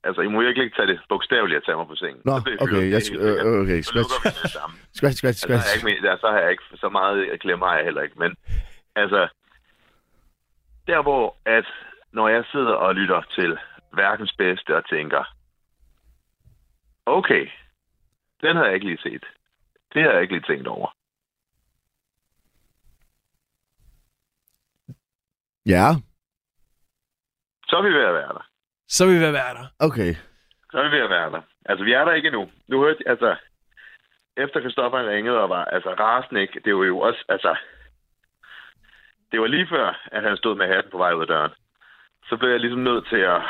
Speaker 5: altså, I må virkelig ikke tage det bogstaveligt at tage mig på sengen.
Speaker 4: Nå,
Speaker 5: Så bliver jeg
Speaker 4: okay,
Speaker 5: fyret.
Speaker 4: jeg,
Speaker 5: Det er helt sikkert.
Speaker 4: øh, okay,
Speaker 5: Så lukker
Speaker 4: scratch,
Speaker 5: vi det sammen.
Speaker 4: scratch, scratch,
Speaker 5: Altså, har jeg
Speaker 4: scratch.
Speaker 5: ikke, mere- der, så har jeg ikke så meget, jeg glemmer jeg heller ikke, men altså, der hvor, at når jeg sidder og lytter til verdens bedste og tænker, okay, den havde jeg ikke lige set. Det har jeg ikke lige tænkt over.
Speaker 4: Ja,
Speaker 5: Så er vi ved at være der.
Speaker 1: Så vil vi være værter.
Speaker 4: okay.
Speaker 5: Så er vi ved at være der. Altså, vi er der ikke endnu. Nu hørte altså, efter Christoffer han ringede og var altså rasende, ikke? det var jo også, altså, det var lige før, at han stod med hatten på vej ud af døren. Så blev jeg ligesom nødt til at,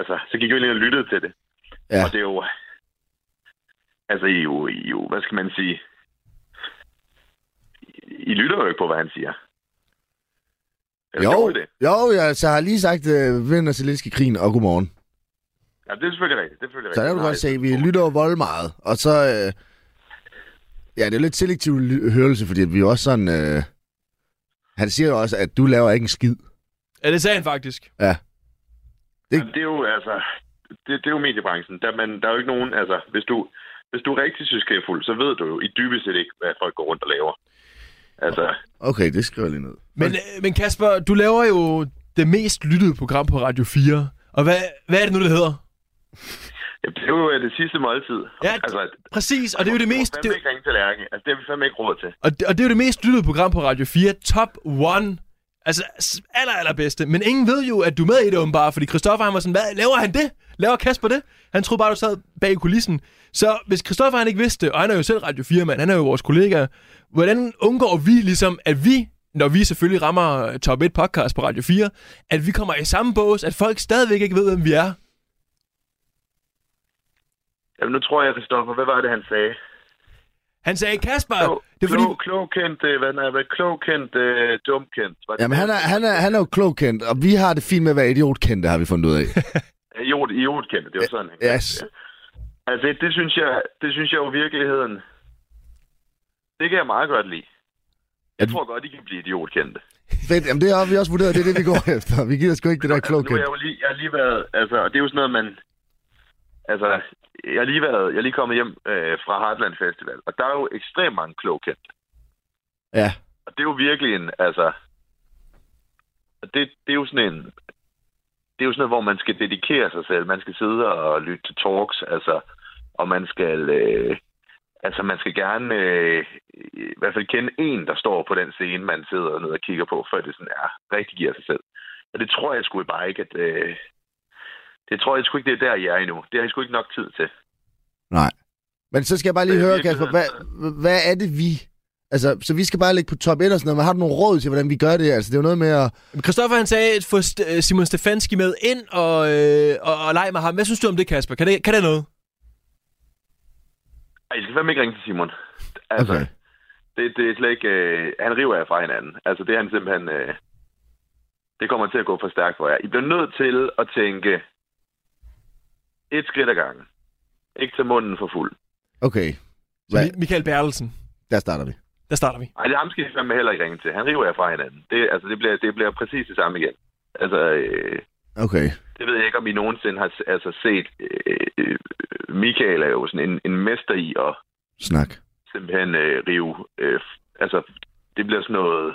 Speaker 5: altså, så gik jeg ind og lyttede til det.
Speaker 4: Ja.
Speaker 5: Og det er jo, altså, I er jo, I er jo, hvad skal man sige, I, I lytter jo ikke på, hvad han siger. Eller
Speaker 4: Jo,
Speaker 5: gjorde I det?
Speaker 4: jo, jeg så har lige sagt, øh, vind og Zelensky krigen og godmorgen.
Speaker 5: Ja, det er selvfølgelig rigtigt. Det er selvfølgelig
Speaker 4: Så der kan
Speaker 5: rigtigt.
Speaker 4: du
Speaker 5: Nej,
Speaker 4: godt se, at vi
Speaker 5: det-
Speaker 4: lytter jo vold meget. Og så... Øh, ja, det er jo lidt selektiv ly- hørelse, fordi vi er jo også sådan... Øh, han siger jo også, at du laver ikke en skid.
Speaker 1: Ja, det sagde han faktisk.
Speaker 4: Det-
Speaker 5: Det, det er jo altså, det, det er jo mediebranchen. Der, man, der er jo ikke nogen, altså, hvis du, hvis du er rigtig succesfuld, så ved du jo i dybest set ikke, hvad folk går rundt og laver. Altså,
Speaker 4: Okay, det skriver jeg lige ned.
Speaker 1: Men, øh, men Kasper, du laver jo det mest lyttede program på Radio 4. Og hvad, hvad er det nu, det hedder?
Speaker 5: det er jo øh, det sidste måltid.
Speaker 1: Ja,
Speaker 5: altså,
Speaker 1: Præcis, og det er jo det mest,
Speaker 5: Det
Speaker 1: det,
Speaker 5: er ikke ringe til lærken. Altså, det har vi fandme ikke råd til.
Speaker 1: og, det, og det er jo det mest lyttede program på Radio 4. Top 1 Altså, s- aller, allerbedste. Men ingen ved jo, at du er med i det åbenbart, fordi Christoffer han var sådan, hvad laver han det? Laver Kasper det? Han troede bare, du sad bag i kulissen. Så hvis Christoffer han ikke vidste det, og han er jo selv Radio 4 mand, han er jo vores kollega, hvordan undgår vi ligesom, at vi, når vi selvfølgelig rammer øh, top 1 podcast på Radio 4, at vi kommer i samme bås, at folk stadigvæk ikke ved, hvem vi er?
Speaker 5: Jamen, nu tror jeg, Christoffer, hvad var det, han sagde?
Speaker 1: Han sagde, Kasper,
Speaker 5: Klog,
Speaker 1: det er fordi...
Speaker 5: klog, klog kendt, øh, hvad er det? Klog kendt, øh, dum kendt. Var det
Speaker 4: Jamen, han er, han, er, han er jo klogkendt, og vi har det fint med at være idiotkendte, har vi fundet ud af.
Speaker 5: Idiot, idiot kendt, det var sådan. han kaldte
Speaker 4: yes.
Speaker 5: det. Altså, det, det synes jeg, det synes jeg jo i virkeligheden, det kan jeg meget godt lide. Jeg tror godt, I kan blive idiotkendte.
Speaker 4: Fedt, jamen det har vi også vurderet, det er det, vi går efter. Vi gider sgu ikke det der
Speaker 5: Altså, Nu har
Speaker 4: klogkendt.
Speaker 5: jeg jo lige, jeg har lige været, altså, og det er jo sådan noget, man, altså, jeg har lige været, jeg er lige kommet hjem øh, fra Heartland Festival, og der er jo ekstremt mange klogkendte.
Speaker 4: Ja.
Speaker 5: Og det er jo virkelig en, altså... og Det, det er jo sådan en... Det er jo sådan noget, hvor man skal dedikere sig selv. Man skal sidde og lytte til talks, altså... Og man skal... Øh, altså, man skal gerne øh, i hvert fald kende en, der står på den scene, man sidder ned og kigger på, før det sådan er rigtig giver sig selv. Og det tror jeg sgu bare ikke, at... Øh, det tror jeg sgu ikke, det er der, jeg er endnu. Det har jeg sgu ikke nok tid til.
Speaker 4: Nej. Men så skal jeg bare lige
Speaker 5: Men i
Speaker 4: høre, Kasper,
Speaker 5: virkeligheden-
Speaker 4: hvad, hvad er det, vi... Altså, så vi skal bare ligge på top 1 og sådan noget, men har du nogle råd til, hvordan vi gør det? Altså, det er jo noget med at...
Speaker 1: Christoffer han sagde, at få St- øh, Simon Stefanski med ind og, øh, og, og lege med ham. Hvad synes du om det, Kasper? Kan det, kan det noget?
Speaker 5: Ej, I skal fandme ikke ringe til Simon. Altså,
Speaker 4: Okay.
Speaker 5: okay. det, det er slet ikke... Øh, han river jer fra hinanden. Altså, det er han simpelthen... Øh, det kommer til at gå for stærkt for jer. I bliver nødt til at tænke et skridt ad gangen. Ikke til munden for fuld.
Speaker 4: Okay,
Speaker 1: Så
Speaker 4: Hvad?
Speaker 1: Mi- Michael Bertelsen,
Speaker 4: der starter vi.
Speaker 1: der starter vi.
Speaker 5: Ej, det ham skal I fandme heller ikke ringe til. Han river jer fra hinanden. Det, altså, det, bliver, det bliver præcis det samme igen. Altså, øh,
Speaker 4: Okay.
Speaker 5: det ved jeg ikke, om I nogensinde har s- altså, set... Øh, øh, Michael er jo sådan en, en mester i at
Speaker 4: Snak.
Speaker 5: simpelthen øh, rive... Øh, f- altså, det bliver sådan noget...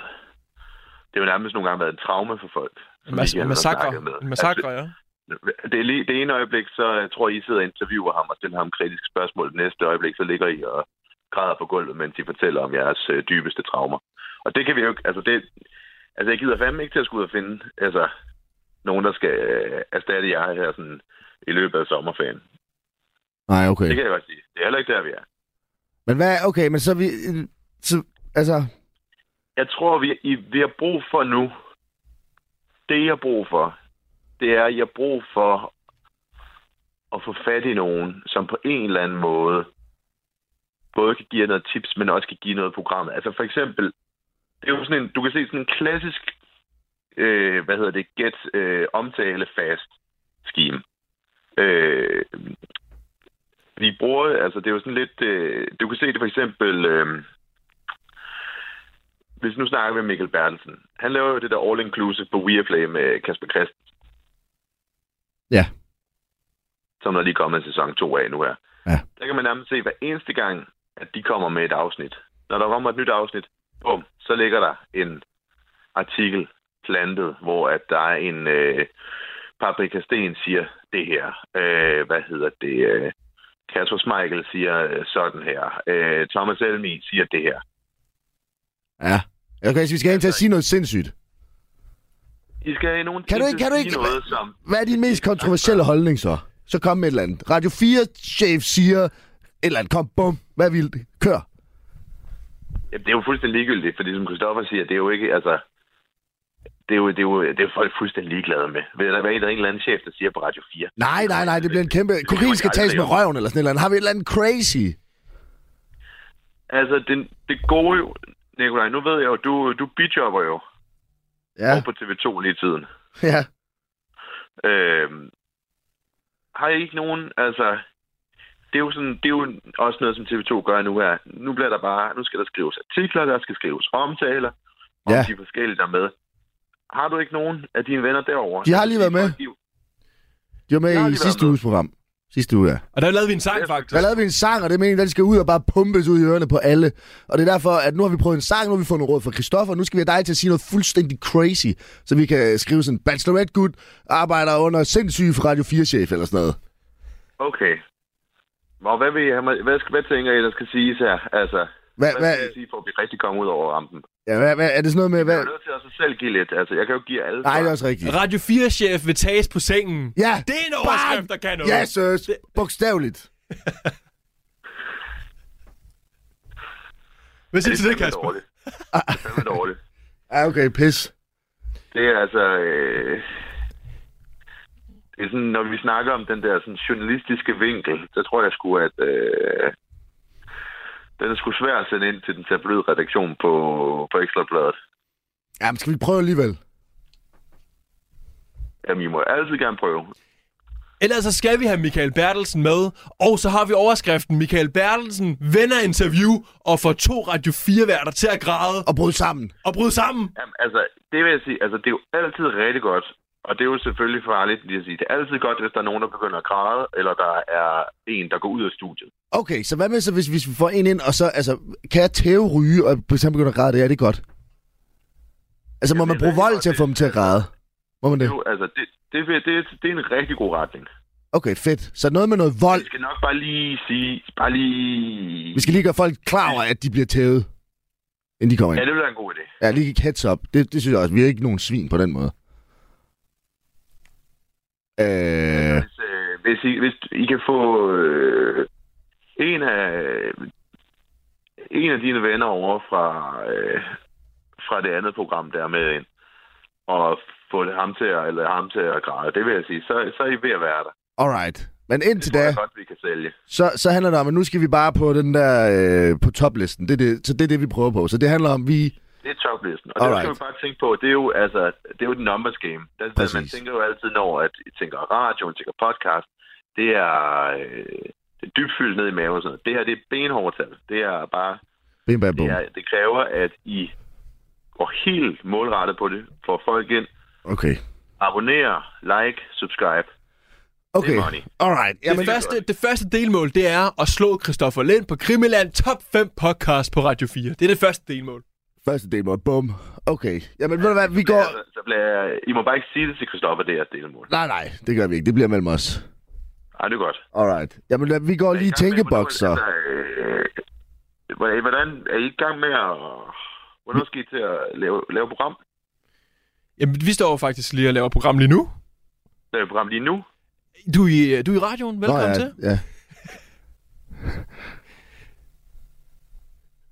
Speaker 5: Det har jo nærmest nogle gange været en traume for folk. som
Speaker 1: Mas-
Speaker 5: ikke har snakket med.
Speaker 1: massakre. En Massakre, ja.
Speaker 5: Altså, det, er lige, det ene øjeblik, så jeg tror I sidder og interviewer ham og stiller ham kritiske spørgsmål. Det næste øjeblik, så ligger I og græder på gulvet, mens I fortæller om jeres øh, dybeste traumer. Og det kan vi jo ikke... Altså, det, altså jeg gider fandme ikke til at skulle ud og finde altså, nogen, der skal øh, erstatte jer her sådan, i løbet af sommerferien.
Speaker 4: Nej, okay.
Speaker 5: Det kan jeg godt sige. Det er heller ikke der, vi er.
Speaker 4: Men hvad... Okay, men så vi... Så, altså...
Speaker 5: jeg tror, vi, I, vi har brug for nu, det jeg har brug for, det er, jeg har brug for at få fat i nogen, som på en eller anden måde både kan give jer noget tips, men også kan give noget program. Altså for eksempel, det er jo sådan en, du kan se sådan en klassisk, øh, hvad hedder det, get øh, omtale fast scheme. Øh, vi bruger, altså det er jo sådan lidt, øh, du kan se det for eksempel, øh, hvis nu snakker vi om Mikkel Bertelsen. Han laver jo det der all-inclusive på Viaplay med Kasper Christen,
Speaker 4: Ja.
Speaker 5: som der lige er kommet sæson 2 af nu her.
Speaker 4: Ja.
Speaker 5: Der kan man nærmest se hver eneste gang, at de kommer med et afsnit. Når der kommer et nyt afsnit, bum, så ligger der en artikel plantet, hvor at der er en øh, Paprika Sten siger det her. Øh, hvad hedder det? Øh, Kasper Schmeichel siger øh, sådan her. Øh, Thomas Elmi siger det her.
Speaker 4: Ja. Okay, så vi skal hen til at
Speaker 5: Altså-
Speaker 4: sige noget sindssygt.
Speaker 5: I skal have nogen
Speaker 4: Kan
Speaker 5: til
Speaker 4: du ikke- kan
Speaker 5: at
Speaker 4: du
Speaker 5: sige
Speaker 4: ikke-
Speaker 5: noget, som
Speaker 4: Hvad er din mest kontroversielle holdning så? Så kom med et eller andet. Radio 4-chef siger et eller andet. Kom, bum. Hvad vil det? Kør.
Speaker 5: Jamen, det er jo fuldstændig ligegyldigt, fordi som Christoffer siger, det er jo ikke, altså... Det er jo, det er jo, det er jo folk fuldstændig ligeglade med. Ved der være en eller anden chef, der siger på Radio 4?
Speaker 4: Nej, nej, nej, det bliver en kæmpe...
Speaker 5: Det kan
Speaker 4: Kokain
Speaker 5: man
Speaker 4: skal
Speaker 5: aldrig
Speaker 4: tages med
Speaker 5: lave.
Speaker 4: røven eller sådan et eller andet. Har vi et eller andet crazy?
Speaker 5: Altså, det, det gode jo... Nikolaj, nu ved jeg jo, du, du bidjobber jo ja.
Speaker 4: Ja,
Speaker 5: på TV2 lige i tiden.
Speaker 4: ja.
Speaker 5: Øhm, har I ikke nogen, altså... Det er, jo sådan, det er jo også noget, som TV2 gør nu her. Nu bliver der bare, nu skal der skrives artikler, der skal skrives omtaler, om
Speaker 4: Ja.
Speaker 5: de forskellige, der er med. Har du ikke nogen af dine venner derovre?
Speaker 4: De har lige været med. De var med
Speaker 5: Jeg har
Speaker 4: i
Speaker 5: lige været
Speaker 4: sidste
Speaker 5: med.
Speaker 4: uges program. Sidste uge, ja.
Speaker 1: Og der lavede vi en sang,
Speaker 5: Ja,
Speaker 1: faktisk.
Speaker 4: Der lavede vi en sang, og det er meningen, at den skal ud og bare pumpes ud i ørerne på alle. Og det er derfor, at nu har vi prøvet en sang, nu har vi fået noget råd fra Christoffer, og nu skal vi have dig til at sige noget fuldstændig crazy, så vi kan skrive sådan, bachelorette gut arbejder under sindssyge for Radio 4-chef eller sådan noget.
Speaker 5: Okay. Og hvad, vil I have mig, hvad, skal, hvad tænker I, der skal siges her? Altså,
Speaker 4: Hvad,
Speaker 5: Hvad
Speaker 4: hvad,
Speaker 5: skal jeg sige for at blive rigtig kommet ud over rampen?
Speaker 4: ja, hvad, hvad, er det sådan noget med...
Speaker 5: Jeg
Speaker 4: Hvad?
Speaker 5: er jo nødt til også selv give lidt. Altså, jeg kan jo ikke give alle.
Speaker 4: Nej, det er også rigtigt.
Speaker 1: Radio 4-chef vil tages på sengen.
Speaker 4: Ja,
Speaker 1: Det er en overskrift, der kan noget.
Speaker 4: ja, søs. Bogstaveligt.
Speaker 1: Hvad
Speaker 5: det
Speaker 1: siger
Speaker 5: er
Speaker 1: du til det,
Speaker 5: fandme
Speaker 1: Kasper?
Speaker 5: dårligt. Det er fandme dårligt.
Speaker 4: Ja, okay, pis.
Speaker 5: Det er altså... Øh, det er sådan, når vi snakker om den der sådan, journalistiske vinkel, så tror jeg sgu, at... Øh, den er sgu svær at sende ind til den tabloid redaktion på, på Ekstrabladet.
Speaker 4: Jamen, skal vi prøve alligevel?
Speaker 5: Jamen, I må altid gerne prøve.
Speaker 1: Ellers så skal vi have Michael Bertelsen med, og så har vi overskriften, Michael Bertelsen vender interview og får to Radio 4-værter til at græde
Speaker 4: Og bryde sammen.
Speaker 1: og bryde sammen.
Speaker 5: Jamen, altså, det vil jeg sige, altså, det er jo altid rigtig godt, og det er jo selvfølgelig farligt, lige at sige. Det er altid godt, hvis der er nogen, der begynder at græde, eller der er en, der går ud af studiet.
Speaker 4: Okay, så hvad med så, hvis, hvis vi får en ind, og så, altså, kan jeg tæve ryge, og hvis han begynder at græde, det er det godt. Altså, må
Speaker 5: Jamen,
Speaker 4: man
Speaker 5: det
Speaker 4: bruge
Speaker 5: er
Speaker 4: vold
Speaker 5: godt,
Speaker 4: til at få
Speaker 5: det-
Speaker 4: dem til at græde? Må man
Speaker 5: Det
Speaker 4: det?
Speaker 5: er jo, altså, det, det, vil- det, det er en rigtig god retning.
Speaker 4: Okay, fedt. Så noget med noget vold.
Speaker 5: Vi skal nok bare lige sige, bare lige...
Speaker 4: Vi skal lige gøre folk klar over, at de bliver tævet, inden de kommer
Speaker 5: Ja,
Speaker 4: ind.
Speaker 5: det ville være en god idé.
Speaker 4: Ja, lige et heads up. Det, det synes jeg også. Vi er ikke nogen svin på den måde. Øh,
Speaker 5: Hvis, øh, hvis, I, hvis I kan få øh, en af en af dine venner over fra øh, fra det andet program der med ind, og få det ham til at, eller ham til at græde, det vil jeg sige, så, så er I ved at være der.
Speaker 4: alright. Men indtil
Speaker 5: Det tror
Speaker 4: da,
Speaker 5: jeg godt, vi kan sælge.
Speaker 4: så, så handler det om, at nu skal vi bare på den der, øh, på toplisten. Det er det, så det er det, vi prøver på. Så det handler om, vi...
Speaker 5: Det er toplisten. Og det
Speaker 4: Alright.
Speaker 5: skal man bare tænke på, det er jo, altså, det er jo den numbers game. Den, den, man
Speaker 4: Præcis.
Speaker 5: tænker jo altid når, at I tænker radio, man tænker podcast. Det er, øh, det er dybt fyldt ned i maven. og Sådan. noget. Det her, det er benhårdt tal. Det er bare,
Speaker 4: Bim, bam, bum.
Speaker 5: det, er, det kræver, at I går helt målrettet på det. Får folk ind.
Speaker 4: Okay.
Speaker 5: Abonner, like, subscribe.
Speaker 4: Okay,
Speaker 5: money.
Speaker 4: alright. Jamen,
Speaker 1: det, første, det første delmål, det er at slå Christoffer Lind på Krimiland Top 5 podcast på Radio 4. Det er det første delmål.
Speaker 4: første del var bum. Okay. Jamen, ved du hvad, vi går...
Speaker 5: Altså, så bliver, jeg- I må bare ikke sige det til Christoffer, det er jeres delmål.
Speaker 4: Nej, nej, det gør vi ikke. Det bliver mellem os.
Speaker 5: Ej, det er godt.
Speaker 4: Alright. Jamen, lad- vi går lige i tænkeboks, så.
Speaker 5: Altså, øh, hvordan- hvordan er I i gang med at... Hvornår skal I til at lave, lave program?
Speaker 1: Jamen, vi står jo faktisk lige og laver et program lige nu.
Speaker 5: Lave program lige nu?
Speaker 1: Du er i, øh, du er i radioen.
Speaker 4: Nå,
Speaker 1: Velkommen
Speaker 4: ja,
Speaker 1: til.
Speaker 4: Ja.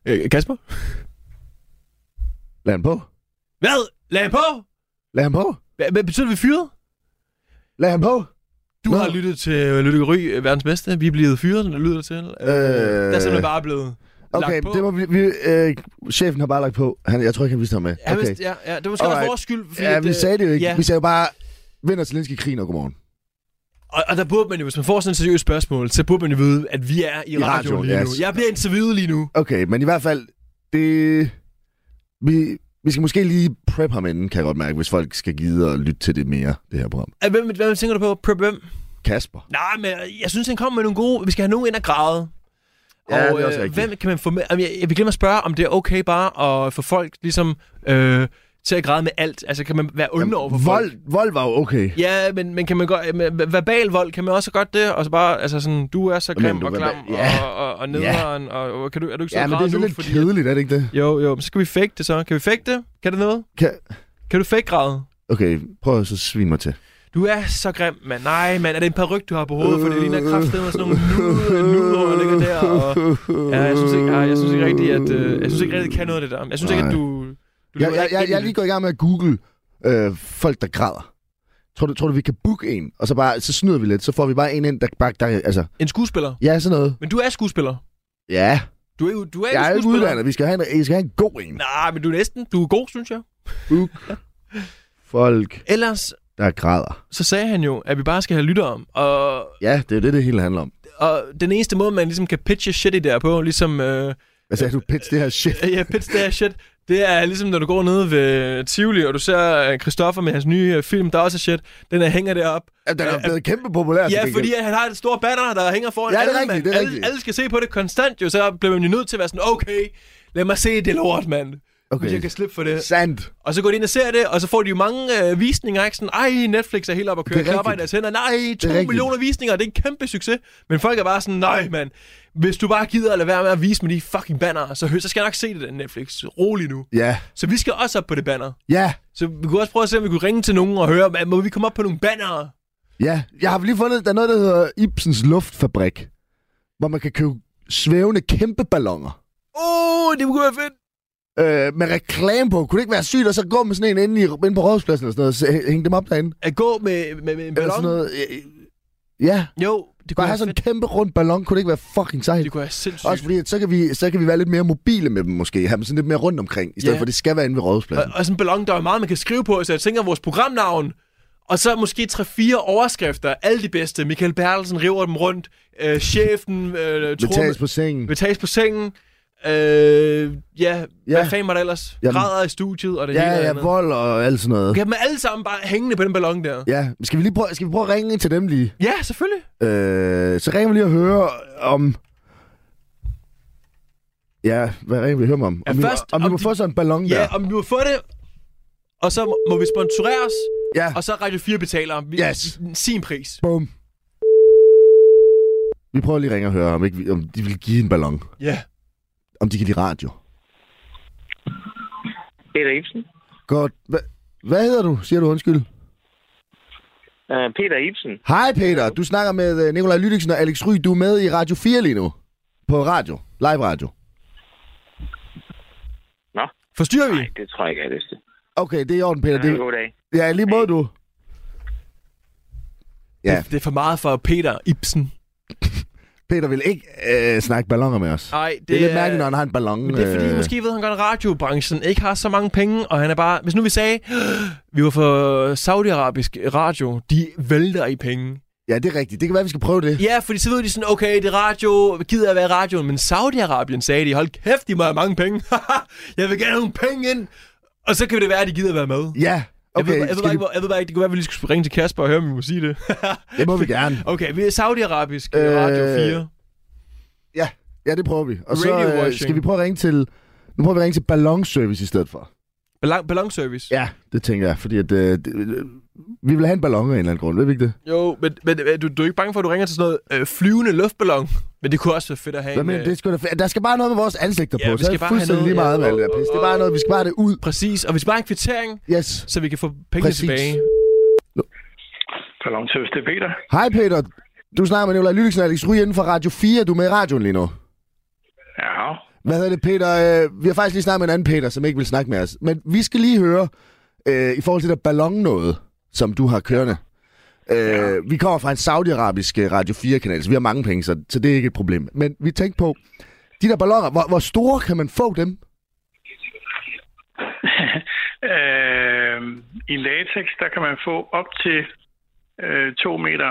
Speaker 1: Øh, Kasper?
Speaker 4: Lad ham på.
Speaker 1: Hvad? Lad ham på!
Speaker 4: Lad ham på.
Speaker 1: Hvad, hvad betyder det, vi er fyret?
Speaker 4: Lad ham på.
Speaker 1: Du
Speaker 4: Nå.
Speaker 1: har lyttet til Lytte Gry, øh, verdens bedste. Vi er blevet fyret, den lyder det til. Øh, der er simpelthen bare blevet
Speaker 4: Okay,
Speaker 1: lagt på.
Speaker 4: det må vi... vi øh, chefen har bare lagt på. Han, jeg tror ikke, han vidste ham med.
Speaker 1: Ja,
Speaker 4: Okay.
Speaker 1: hvis, ja, ja, det var måske også
Speaker 4: Alright.
Speaker 1: vores skyld. Fordi
Speaker 4: Ja,
Speaker 1: at,
Speaker 4: vi
Speaker 1: øh,
Speaker 4: sagde det jo ikke.
Speaker 1: Ja.
Speaker 4: Vi sagde jo bare, vinder Zelensky krigen og godmorgen.
Speaker 1: Og, og der burde man jo, hvis man får sådan et seriøst spørgsmål, så burde man jo vide, at vi er i, I radioen,
Speaker 4: radioen,
Speaker 1: lige
Speaker 4: ja.
Speaker 1: nu. Jeg bliver interviewet lige nu.
Speaker 4: Okay, men i hvert fald, det... Vi, vi skal måske lige prep ham inden, kan jeg godt mærke, hvis folk skal gide at lytte til det mere, det her program.
Speaker 1: Ah, Hvem, hvem tænker du på? Prep hvem?
Speaker 4: Kasper.
Speaker 1: Nej, men jeg synes, han kommer med nogle gode... Vi skal have nogen ind og græde.
Speaker 4: Ja, det er også
Speaker 1: øh,
Speaker 4: rigtigt.
Speaker 1: hvem kan man få med? Jamen, jeg, jeg vil glemme at spørge, om det er okay bare at få folk ligesom, øh, til at græde med alt. Altså, kan man være onde over for folk?
Speaker 4: Vold, vold var jo okay.
Speaker 1: Ja, men, men kan man godt, men verbal vold, kan man også godt det? Og så bare, altså sådan, du er så
Speaker 4: Hvad mener
Speaker 1: grim
Speaker 4: du,
Speaker 1: og
Speaker 4: verbal?
Speaker 1: klam
Speaker 4: Ja.
Speaker 1: og, og, og nederen, og, og kan du, er du ikke så
Speaker 4: Ja, men det er
Speaker 1: nu?
Speaker 4: sådan lidt kedeligt, er det ikke det?
Speaker 1: Jo, jo, men så skal vi fake det så. Kan vi fake det? Kan det noget?
Speaker 4: Kan...
Speaker 1: Kan du fake græde?
Speaker 4: Okay, prøv at så svine mig til.
Speaker 1: Du er så grim, mand. Nej, mand, er det en par ryg, du har på hovedet? For det ligner kraftedeme sådan nogle nuder, nuder, der ligger der. Og, ja, jeg synes ikke, ja, jeg synes ikke rigtigt, at... Øh, jeg synes ikke rigtigt, det kan noget af det der. Jeg synes ikke, at
Speaker 4: Nej.
Speaker 1: du... du
Speaker 4: Jeg,
Speaker 1: lever
Speaker 4: jeg,
Speaker 1: ikke
Speaker 4: jeg,
Speaker 1: ind i
Speaker 4: jeg er
Speaker 1: det.
Speaker 4: lige gået i gang med at google øh, folk, der græder. Tror du, tror du, vi kan booke en, og så, bare, så snyder vi lidt, så får vi bare en ind, der bare... Der, altså,
Speaker 1: En skuespiller.
Speaker 4: ja, sådan noget.
Speaker 1: Men du er skuespiller.
Speaker 4: Ja,
Speaker 1: Du er jo du er jo
Speaker 4: jeg er ikke
Speaker 1: skuespiller.
Speaker 4: uddannet. Vi skal have en, vi skal have en god en.
Speaker 1: Nej, men du er næsten. Du er god, synes jeg.
Speaker 4: Book folk,
Speaker 1: Ellers
Speaker 4: der græder.
Speaker 1: så sagde han jo, at vi bare skal have lytter om. Og,
Speaker 4: Ja, det er jo det, det hele handler om.
Speaker 1: og den eneste måde, man ligesom kan pitche shit i der på, ligesom... Øh,
Speaker 4: Hvad sagde du? Pitch det her shit.
Speaker 1: ja, pitch det her shit. Det er ligesom, når du går nede ved Tivoli, og du ser øh, Christoffer med hans nye øh, film, der også er shit. Den der hænger deroppe.
Speaker 4: Jamen, den er jo blevet kæmpe populær. til
Speaker 1: Ja,
Speaker 4: gengæld.
Speaker 1: fordi at han har et stort banner, der hænger foran
Speaker 4: Ja, det er
Speaker 1: alle, mand.
Speaker 4: rigtigt, det er
Speaker 1: alle,
Speaker 4: rigtigt.
Speaker 1: alle skal se på det konstant, jo. Så bliver man jo nødt til at være sådan, okay, lad mig se det lort, mand. okay. hvis jeg kan slippe for det.
Speaker 4: Sandt.
Speaker 1: Og så går de ind og ser det, og så får de jo mange øh, visninger, ikke? Sådan, ej, Netflix er helt op at
Speaker 4: Det
Speaker 1: køre,
Speaker 4: er
Speaker 1: klapper i
Speaker 4: rigtigt.
Speaker 1: deres hænder, nej, to
Speaker 4: Det er rigtigt.
Speaker 1: millioner visninger, det er en kæmpe succes. Men folk er bare sådan, nej, mand, hvis du bare gider at lade være med at vise mig de fucking banner, så, hø- så skal jeg nok se det, den Netflix. Rolig nu.
Speaker 4: Ja.
Speaker 1: Så vi skal også op på det banner.
Speaker 4: Ja.
Speaker 1: Så vi kunne også prøve at se, om vi kunne ringe til nogen og høre, "Hvad, må vi komme op på nogle banner?
Speaker 4: Ja. Jeg har lige fundet, der er noget, der hedder Ibsens Luftfabrik, hvor man kan købe svævende kæmpe balloner.
Speaker 1: Åh, oh, det kunne være fedt.
Speaker 4: øh, med reklame på. Kunne det ikke være sygt at så gå med sådan en inde, i, inde på rådhuspladsen eller sådan noget, og så hænge dem op derinde?
Speaker 1: At gå med, med, med en
Speaker 4: Eller sådan
Speaker 1: ballon?
Speaker 4: noget. øh, øh, Ja,
Speaker 1: Jo, det kunne
Speaker 4: bare
Speaker 1: være
Speaker 4: have sådan
Speaker 1: fedt.
Speaker 4: en kæmpe rund ballon, kunne det ikke være fucking sejt?
Speaker 1: Det kunne være sindssygt.
Speaker 4: Også fordi, at så kan, vi, så kan vi være lidt mere mobile med dem måske, have dem sådan lidt mere rundt omkring, i stedet
Speaker 1: Ja.
Speaker 4: yeah. for, at det skal være inde ved
Speaker 1: Og,
Speaker 4: rådhuspladsen.
Speaker 1: og sådan en ballon, der er meget, man kan skrive på, så jeg tænker vores programnavn, og så måske 3-4 overskrifter, alle de bedste. Michael Bertelsen river dem rundt, øh, chefen, øh,
Speaker 4: Vi tages
Speaker 1: Tromme,
Speaker 4: på sengen.
Speaker 1: vil tages på sengen, øh, ja, ja, hvad
Speaker 4: Ja.
Speaker 1: fanden var det ellers?
Speaker 4: Jamen.
Speaker 1: Græder i studiet og det
Speaker 4: Ja,
Speaker 1: hele og
Speaker 4: ja,
Speaker 1: andet.
Speaker 4: vold og alt sådan noget.
Speaker 1: Vi har dem alle sammen bare hængende på den ballon der.
Speaker 4: Ja, skal vi lige prøve, skal vi prøve at ringe til dem lige?
Speaker 1: Ja, selvfølgelig.
Speaker 4: Øh, så ringer vi lige og hører om... Ja, hvad ringer vi og hører dem om?
Speaker 1: Ja,
Speaker 4: om, vi,
Speaker 1: først,
Speaker 4: må, om, vi
Speaker 1: om
Speaker 4: må
Speaker 1: de-
Speaker 4: få sådan en ballon
Speaker 1: Ja,
Speaker 4: der.
Speaker 1: om vi må få det, og så må- må vi sponsoreres,
Speaker 4: Ja,
Speaker 1: og så Radio 4 betaler vi-
Speaker 4: Yes.
Speaker 1: sin pris.
Speaker 4: Bum. Vi prøver lige at ringe og høre, om, ikke, vi- om de vil give en ballon.
Speaker 1: Ja.
Speaker 4: Om de kan lide radio.
Speaker 6: Peter Ibsen.
Speaker 4: Godt. Hva, hvad hedder du? Siger du undskyld?
Speaker 6: Uh, Peter Ibsen.
Speaker 4: Hej Peter, du snakker med øh, Nikolaj Lydiksen og Alex Ry. Du er med i Radio 4 lige nu. På radio. Live radio.
Speaker 6: Nå,
Speaker 1: Forstyrrer vi?
Speaker 6: nej, det tror jeg ikke, jeg har lyst til.
Speaker 4: Okay, det er i orden, Peter.
Speaker 6: Det...
Speaker 4: Det,
Speaker 6: God dag.
Speaker 4: ja, i lige måde du. Ja,
Speaker 1: Det, det er for meget for Peter Ibsen.
Speaker 4: Peter vil ikke øh, snakke ballonger med os.
Speaker 1: Nej,
Speaker 4: Det er lidt mærkeligt, når han har en ballon.
Speaker 1: Men det er fordi,
Speaker 4: øh,
Speaker 1: måske ved han godt, at radiobranchen ikke har så mange penge, og han er bare... Hvis nu vi sagde, vi var for saudiarabisk radio, de vælter i penge.
Speaker 4: Ja, det er rigtigt. Det kan være, vi skal prøve det.
Speaker 1: Ja, fordi så ved de sådan, okay, det er radio, gider jeg være i radioen, men Saudi-Arabien sagde de, hold kæft, de må have mange penge. jeg vil gerne have nogle penge ind, og så kan det være, at de gider være med.
Speaker 4: Ja,
Speaker 1: Jeg ved, jeg,
Speaker 4: okay.
Speaker 1: ved,
Speaker 4: skal
Speaker 1: bare
Speaker 4: vi-
Speaker 1: ikke, hvor- jeg ved bare ikke, det kunne være, at vi lige skulle ringe til Kasper og høre, om vi må sige det.
Speaker 4: Det må vi gerne.
Speaker 1: okay, vi er Saudi-Arabisk øh... Radio
Speaker 4: Øh,
Speaker 1: 4.
Speaker 4: Ja, ja det prøver vi. Og så øh,
Speaker 1: Radiowashing.
Speaker 4: skal vi prøve at ringe til... Nu prøver vi at ringe til ballonservice i stedet for.
Speaker 1: Ballon, ballonservice.
Speaker 4: Ja, det tænker jeg, fordi at, øh, det, øh, vi vil have en ballon af en eller anden grund, ved vi ikke det?
Speaker 1: Jo, men, men øh, du, du er ikke bange for, at du ringer til sådan noget øh, flyvende luftballon? Men det kunne også være fedt at have
Speaker 4: Hvad
Speaker 1: en...
Speaker 4: mener,
Speaker 1: øh,
Speaker 4: du? det skulle da, der skal bare noget med vores ansigter
Speaker 1: Ja,
Speaker 4: på,
Speaker 1: vi
Speaker 4: så er
Speaker 1: skal
Speaker 4: det
Speaker 1: bare have
Speaker 4: fuldstændig lige
Speaker 1: noget-
Speaker 4: meget med
Speaker 1: ja,
Speaker 4: alt det der
Speaker 1: og-
Speaker 4: pis. Det
Speaker 1: og-
Speaker 4: er bare noget, vi skal bare have det ud.
Speaker 1: Præcis, og hvis bare en kvittering,
Speaker 4: Yes.
Speaker 1: så vi kan få pengene
Speaker 4: Præcis.
Speaker 1: tilbage.
Speaker 7: Ballon til det er Peter.
Speaker 4: Hej Peter, du snakker med Nicolaj Lydiksen og Alex Ryge inden for Radio 4, du er med i radioen lige nu.
Speaker 7: Ja,
Speaker 4: Hvad hedder det, Peter? Øh, vi har faktisk lige snakket med en anden Peter, som ikke vil snakke med os. Men vi skal lige høre, øh, i forhold til det der ballon noget, som du har kørende. Øh, vi kommer fra en saudiarabisk øh, Radio 4-kanal, så vi har mange penge, så, så det er ikke et problem. Men vi tænkte på, de der balloner, hvor, hvor store kan man få dem?
Speaker 7: øh, i latex, der kan man få op til øh, 2,40 meter.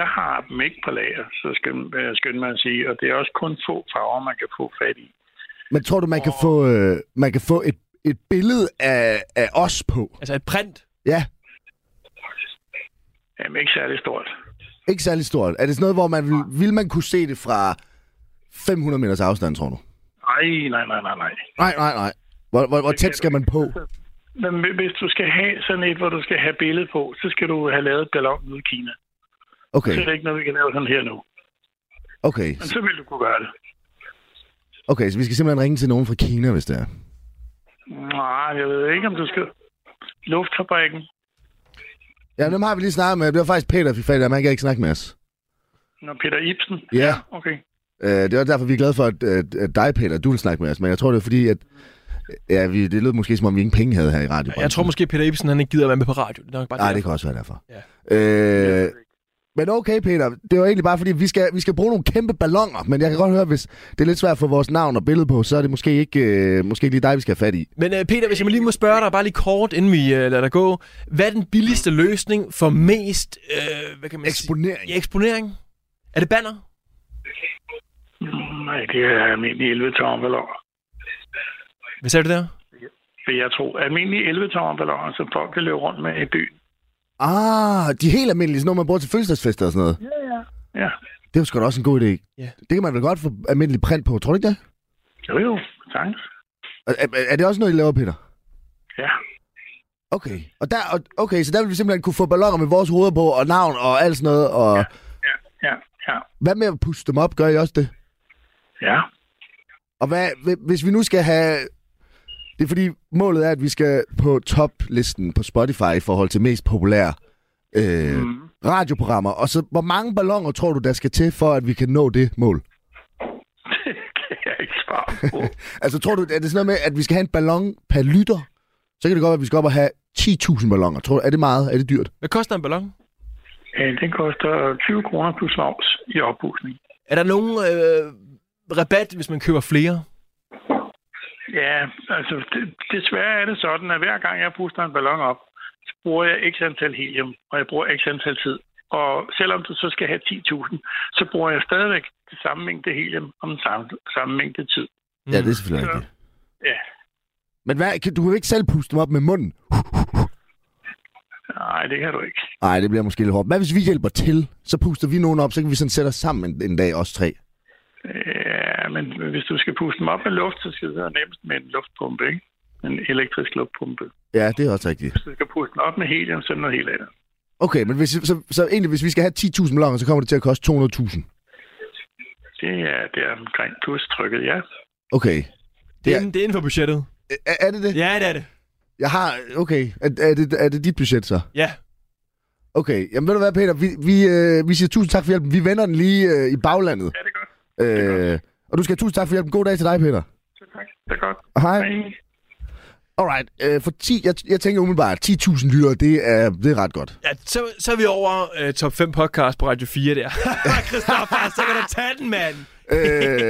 Speaker 7: Jeg har dem ikke på lager, så skal øh, skynde mig at sige. Og det er også kun få farver, man kan få fat i.
Speaker 4: Men tror du, man kan få, øh, man kan få et, et billede af, af os på?
Speaker 1: Altså et print.
Speaker 4: Ja,
Speaker 7: Jamen, ikke særlig stort.
Speaker 4: ikke særlig stort. Er det sådan noget, hvor man vil, vil man kunne se det fra 500 meters afstand, tror du?
Speaker 7: Ej, nej, nej, nej, nej.
Speaker 4: Nej, nej, nej. Hvor, hvor, hvor tæt skal man på?
Speaker 7: Men hvis du skal have sådan et, hvor du skal have billede på, så skal du have lavet et ballon ud i Kina. Så
Speaker 4: Okay,
Speaker 7: er det ikke noget, vi kan lave sådan her nu.
Speaker 4: okay.
Speaker 7: Men så vil du kunne gøre det.
Speaker 4: Okay, så vi skal simpelthen ringe til nogen fra Kina, hvis det er.
Speaker 7: Nej, jeg ved ikke, om du skal... Luftfabrikken.
Speaker 4: Ja, dem har vi lige snakket med. Det var faktisk Peter, vi fandt, man kan ikke snakke med os.
Speaker 7: Nå, Peter Ibsen.
Speaker 4: Ja.
Speaker 7: Okay.
Speaker 4: Øh, det var derfor, vi er glade for, at, at, at dig, Peter, du vil snakke med os. Men jeg tror, det er fordi, at ja, vi, det lød måske, som om vi ingen penge havde her i radio.
Speaker 1: Jeg tror måske, Peter Ibsen han ikke gider at være med på radio. Det er nok bare
Speaker 4: Nej, det
Speaker 1: derfor.
Speaker 4: kan også være derfor.
Speaker 1: Ja.
Speaker 4: Øh, men okay, Peter. Det var egentlig bare, fordi vi skal, vi skal bruge nogle kæmpe ballonger. Men jeg kan godt høre, hvis det er lidt svært at få vores navn og billede på, så er det måske ikke, øh, måske ikke lige dig, vi skal have fat i.
Speaker 1: Men øh, Peter, hvis jeg må lige må spørge dig, bare lige kort, inden vi øh, lader dig gå. Hvad er den billigste løsning for mest... Øh, hvad kan man
Speaker 4: Eksponering.
Speaker 1: sige? Ja, eksponering. Er det banner?
Speaker 7: Nej, det er almindelig 11 tommer balloner.
Speaker 1: Hvad sagde du der?
Speaker 7: Vil jeg tro. Almindelige 11 tommer balloner, som folk kan løbe rundt med i byen.
Speaker 4: Ah, de er helt almindelige, sådan noget, man bruger til fødselsdagsfester og sådan noget.
Speaker 7: Ja.
Speaker 4: Det var sgu da også en god idé.
Speaker 1: Ja.
Speaker 4: Det kan man vel godt få almindelig print på, tror du ikke det?
Speaker 7: Jo jo, tak.
Speaker 4: Er, er- er det også noget, I laver, Peter?
Speaker 7: Ja.
Speaker 4: Okay. Og der, og- okay, så der vil vi simpelthen kunne få balloner med vores hoveder på, og navn og alt sådan noget. Og ja.
Speaker 7: Ja, ja, ja.
Speaker 4: Hvad med at puste dem op? Gør I også det?
Speaker 7: Ja,
Speaker 4: Og hvad, hvi- hvis vi nu skal have... Det er fordi, målet er, at vi skal på toplisten på Spotify i forhold til mest populære øh, mm. radioprogrammer. Og så, hvor mange ballonger tror du, der skal til, for at vi kan nå det mål?
Speaker 7: det kan jeg ikke svare på.
Speaker 4: Altså, tror du, er det sådan noget med, at vi skal have en ballon per lytter? Så kan det godt være, at vi skal op og have 10.000 ballonger. Tror du, er det meget? Er det dyrt?
Speaker 1: Hvad koster en ballon?
Speaker 7: Øh, Den koster 20 kroner plus moms i opbusning.
Speaker 1: Er der nogen øh, rabat, hvis man køber flere?
Speaker 7: Ja, altså det, desværre er det sådan, at hver gang jeg puster en ballon op, så bruger jeg x antal helium, og jeg bruger x antal tid. Og selvom du så skal have 10.000, så bruger jeg stadigvæk det samme mængde helium om den samme, samme mængde tid.
Speaker 4: Mm. Ja, det er selvfølgelig rigtigt.
Speaker 7: Ja,
Speaker 4: Men hvad, kan, du kan jo ikke selv puste dem op med munden.
Speaker 7: nej, det kan du ikke.
Speaker 4: Nej, det bliver måske lidt hårdt. Hvad hvis vi hjælper til? Så puster vi nogen op, så kan vi sådan sætte os sammen en, en dag, os tre.
Speaker 7: Ja, men hvis du skal puste dem op med luft, så skal det være nemmest med en luftpumpe, ikke? En elektrisk luftpumpe.
Speaker 4: Ja, det er også rigtigt.
Speaker 7: Hvis du skal puste dem op med helium, så er det noget helt andet.
Speaker 4: Okay, men hvis, så, så egentlig, hvis vi skal have 10.000 balloner, så kommer det til at koste 200.000.
Speaker 7: Det er, det er omkring kurstrykket, ja.
Speaker 4: Okay.
Speaker 1: Det er,
Speaker 4: Ja.
Speaker 1: inden, det er inden for budgettet.
Speaker 4: Er, er det det?
Speaker 1: Ja, det er det.
Speaker 4: Jeg har... Okay. Er, er, det, er det dit budget, så?
Speaker 1: Ja.
Speaker 4: Okay. Jamen, ved du hvad, Peter? Vi, vi, øh, vi siger tusind tak for hjælpen. Vi vender den lige øh, i baglandet.
Speaker 7: Ja, det er godt.
Speaker 4: Øh, og du skal have tusind tak for hjælpen. God dag til dig, Peter.
Speaker 7: Så tak. Det er godt.
Speaker 4: Hej.
Speaker 7: Hej.
Speaker 4: Alright. Øh, for 10, jeg, jeg tænker umiddelbart, 10.000 lyttere, det er, det er ret godt.
Speaker 1: ja så, så er vi over øh, top 5 podcast på Radio 4 der. Christoffer, så kan du tage den, mand.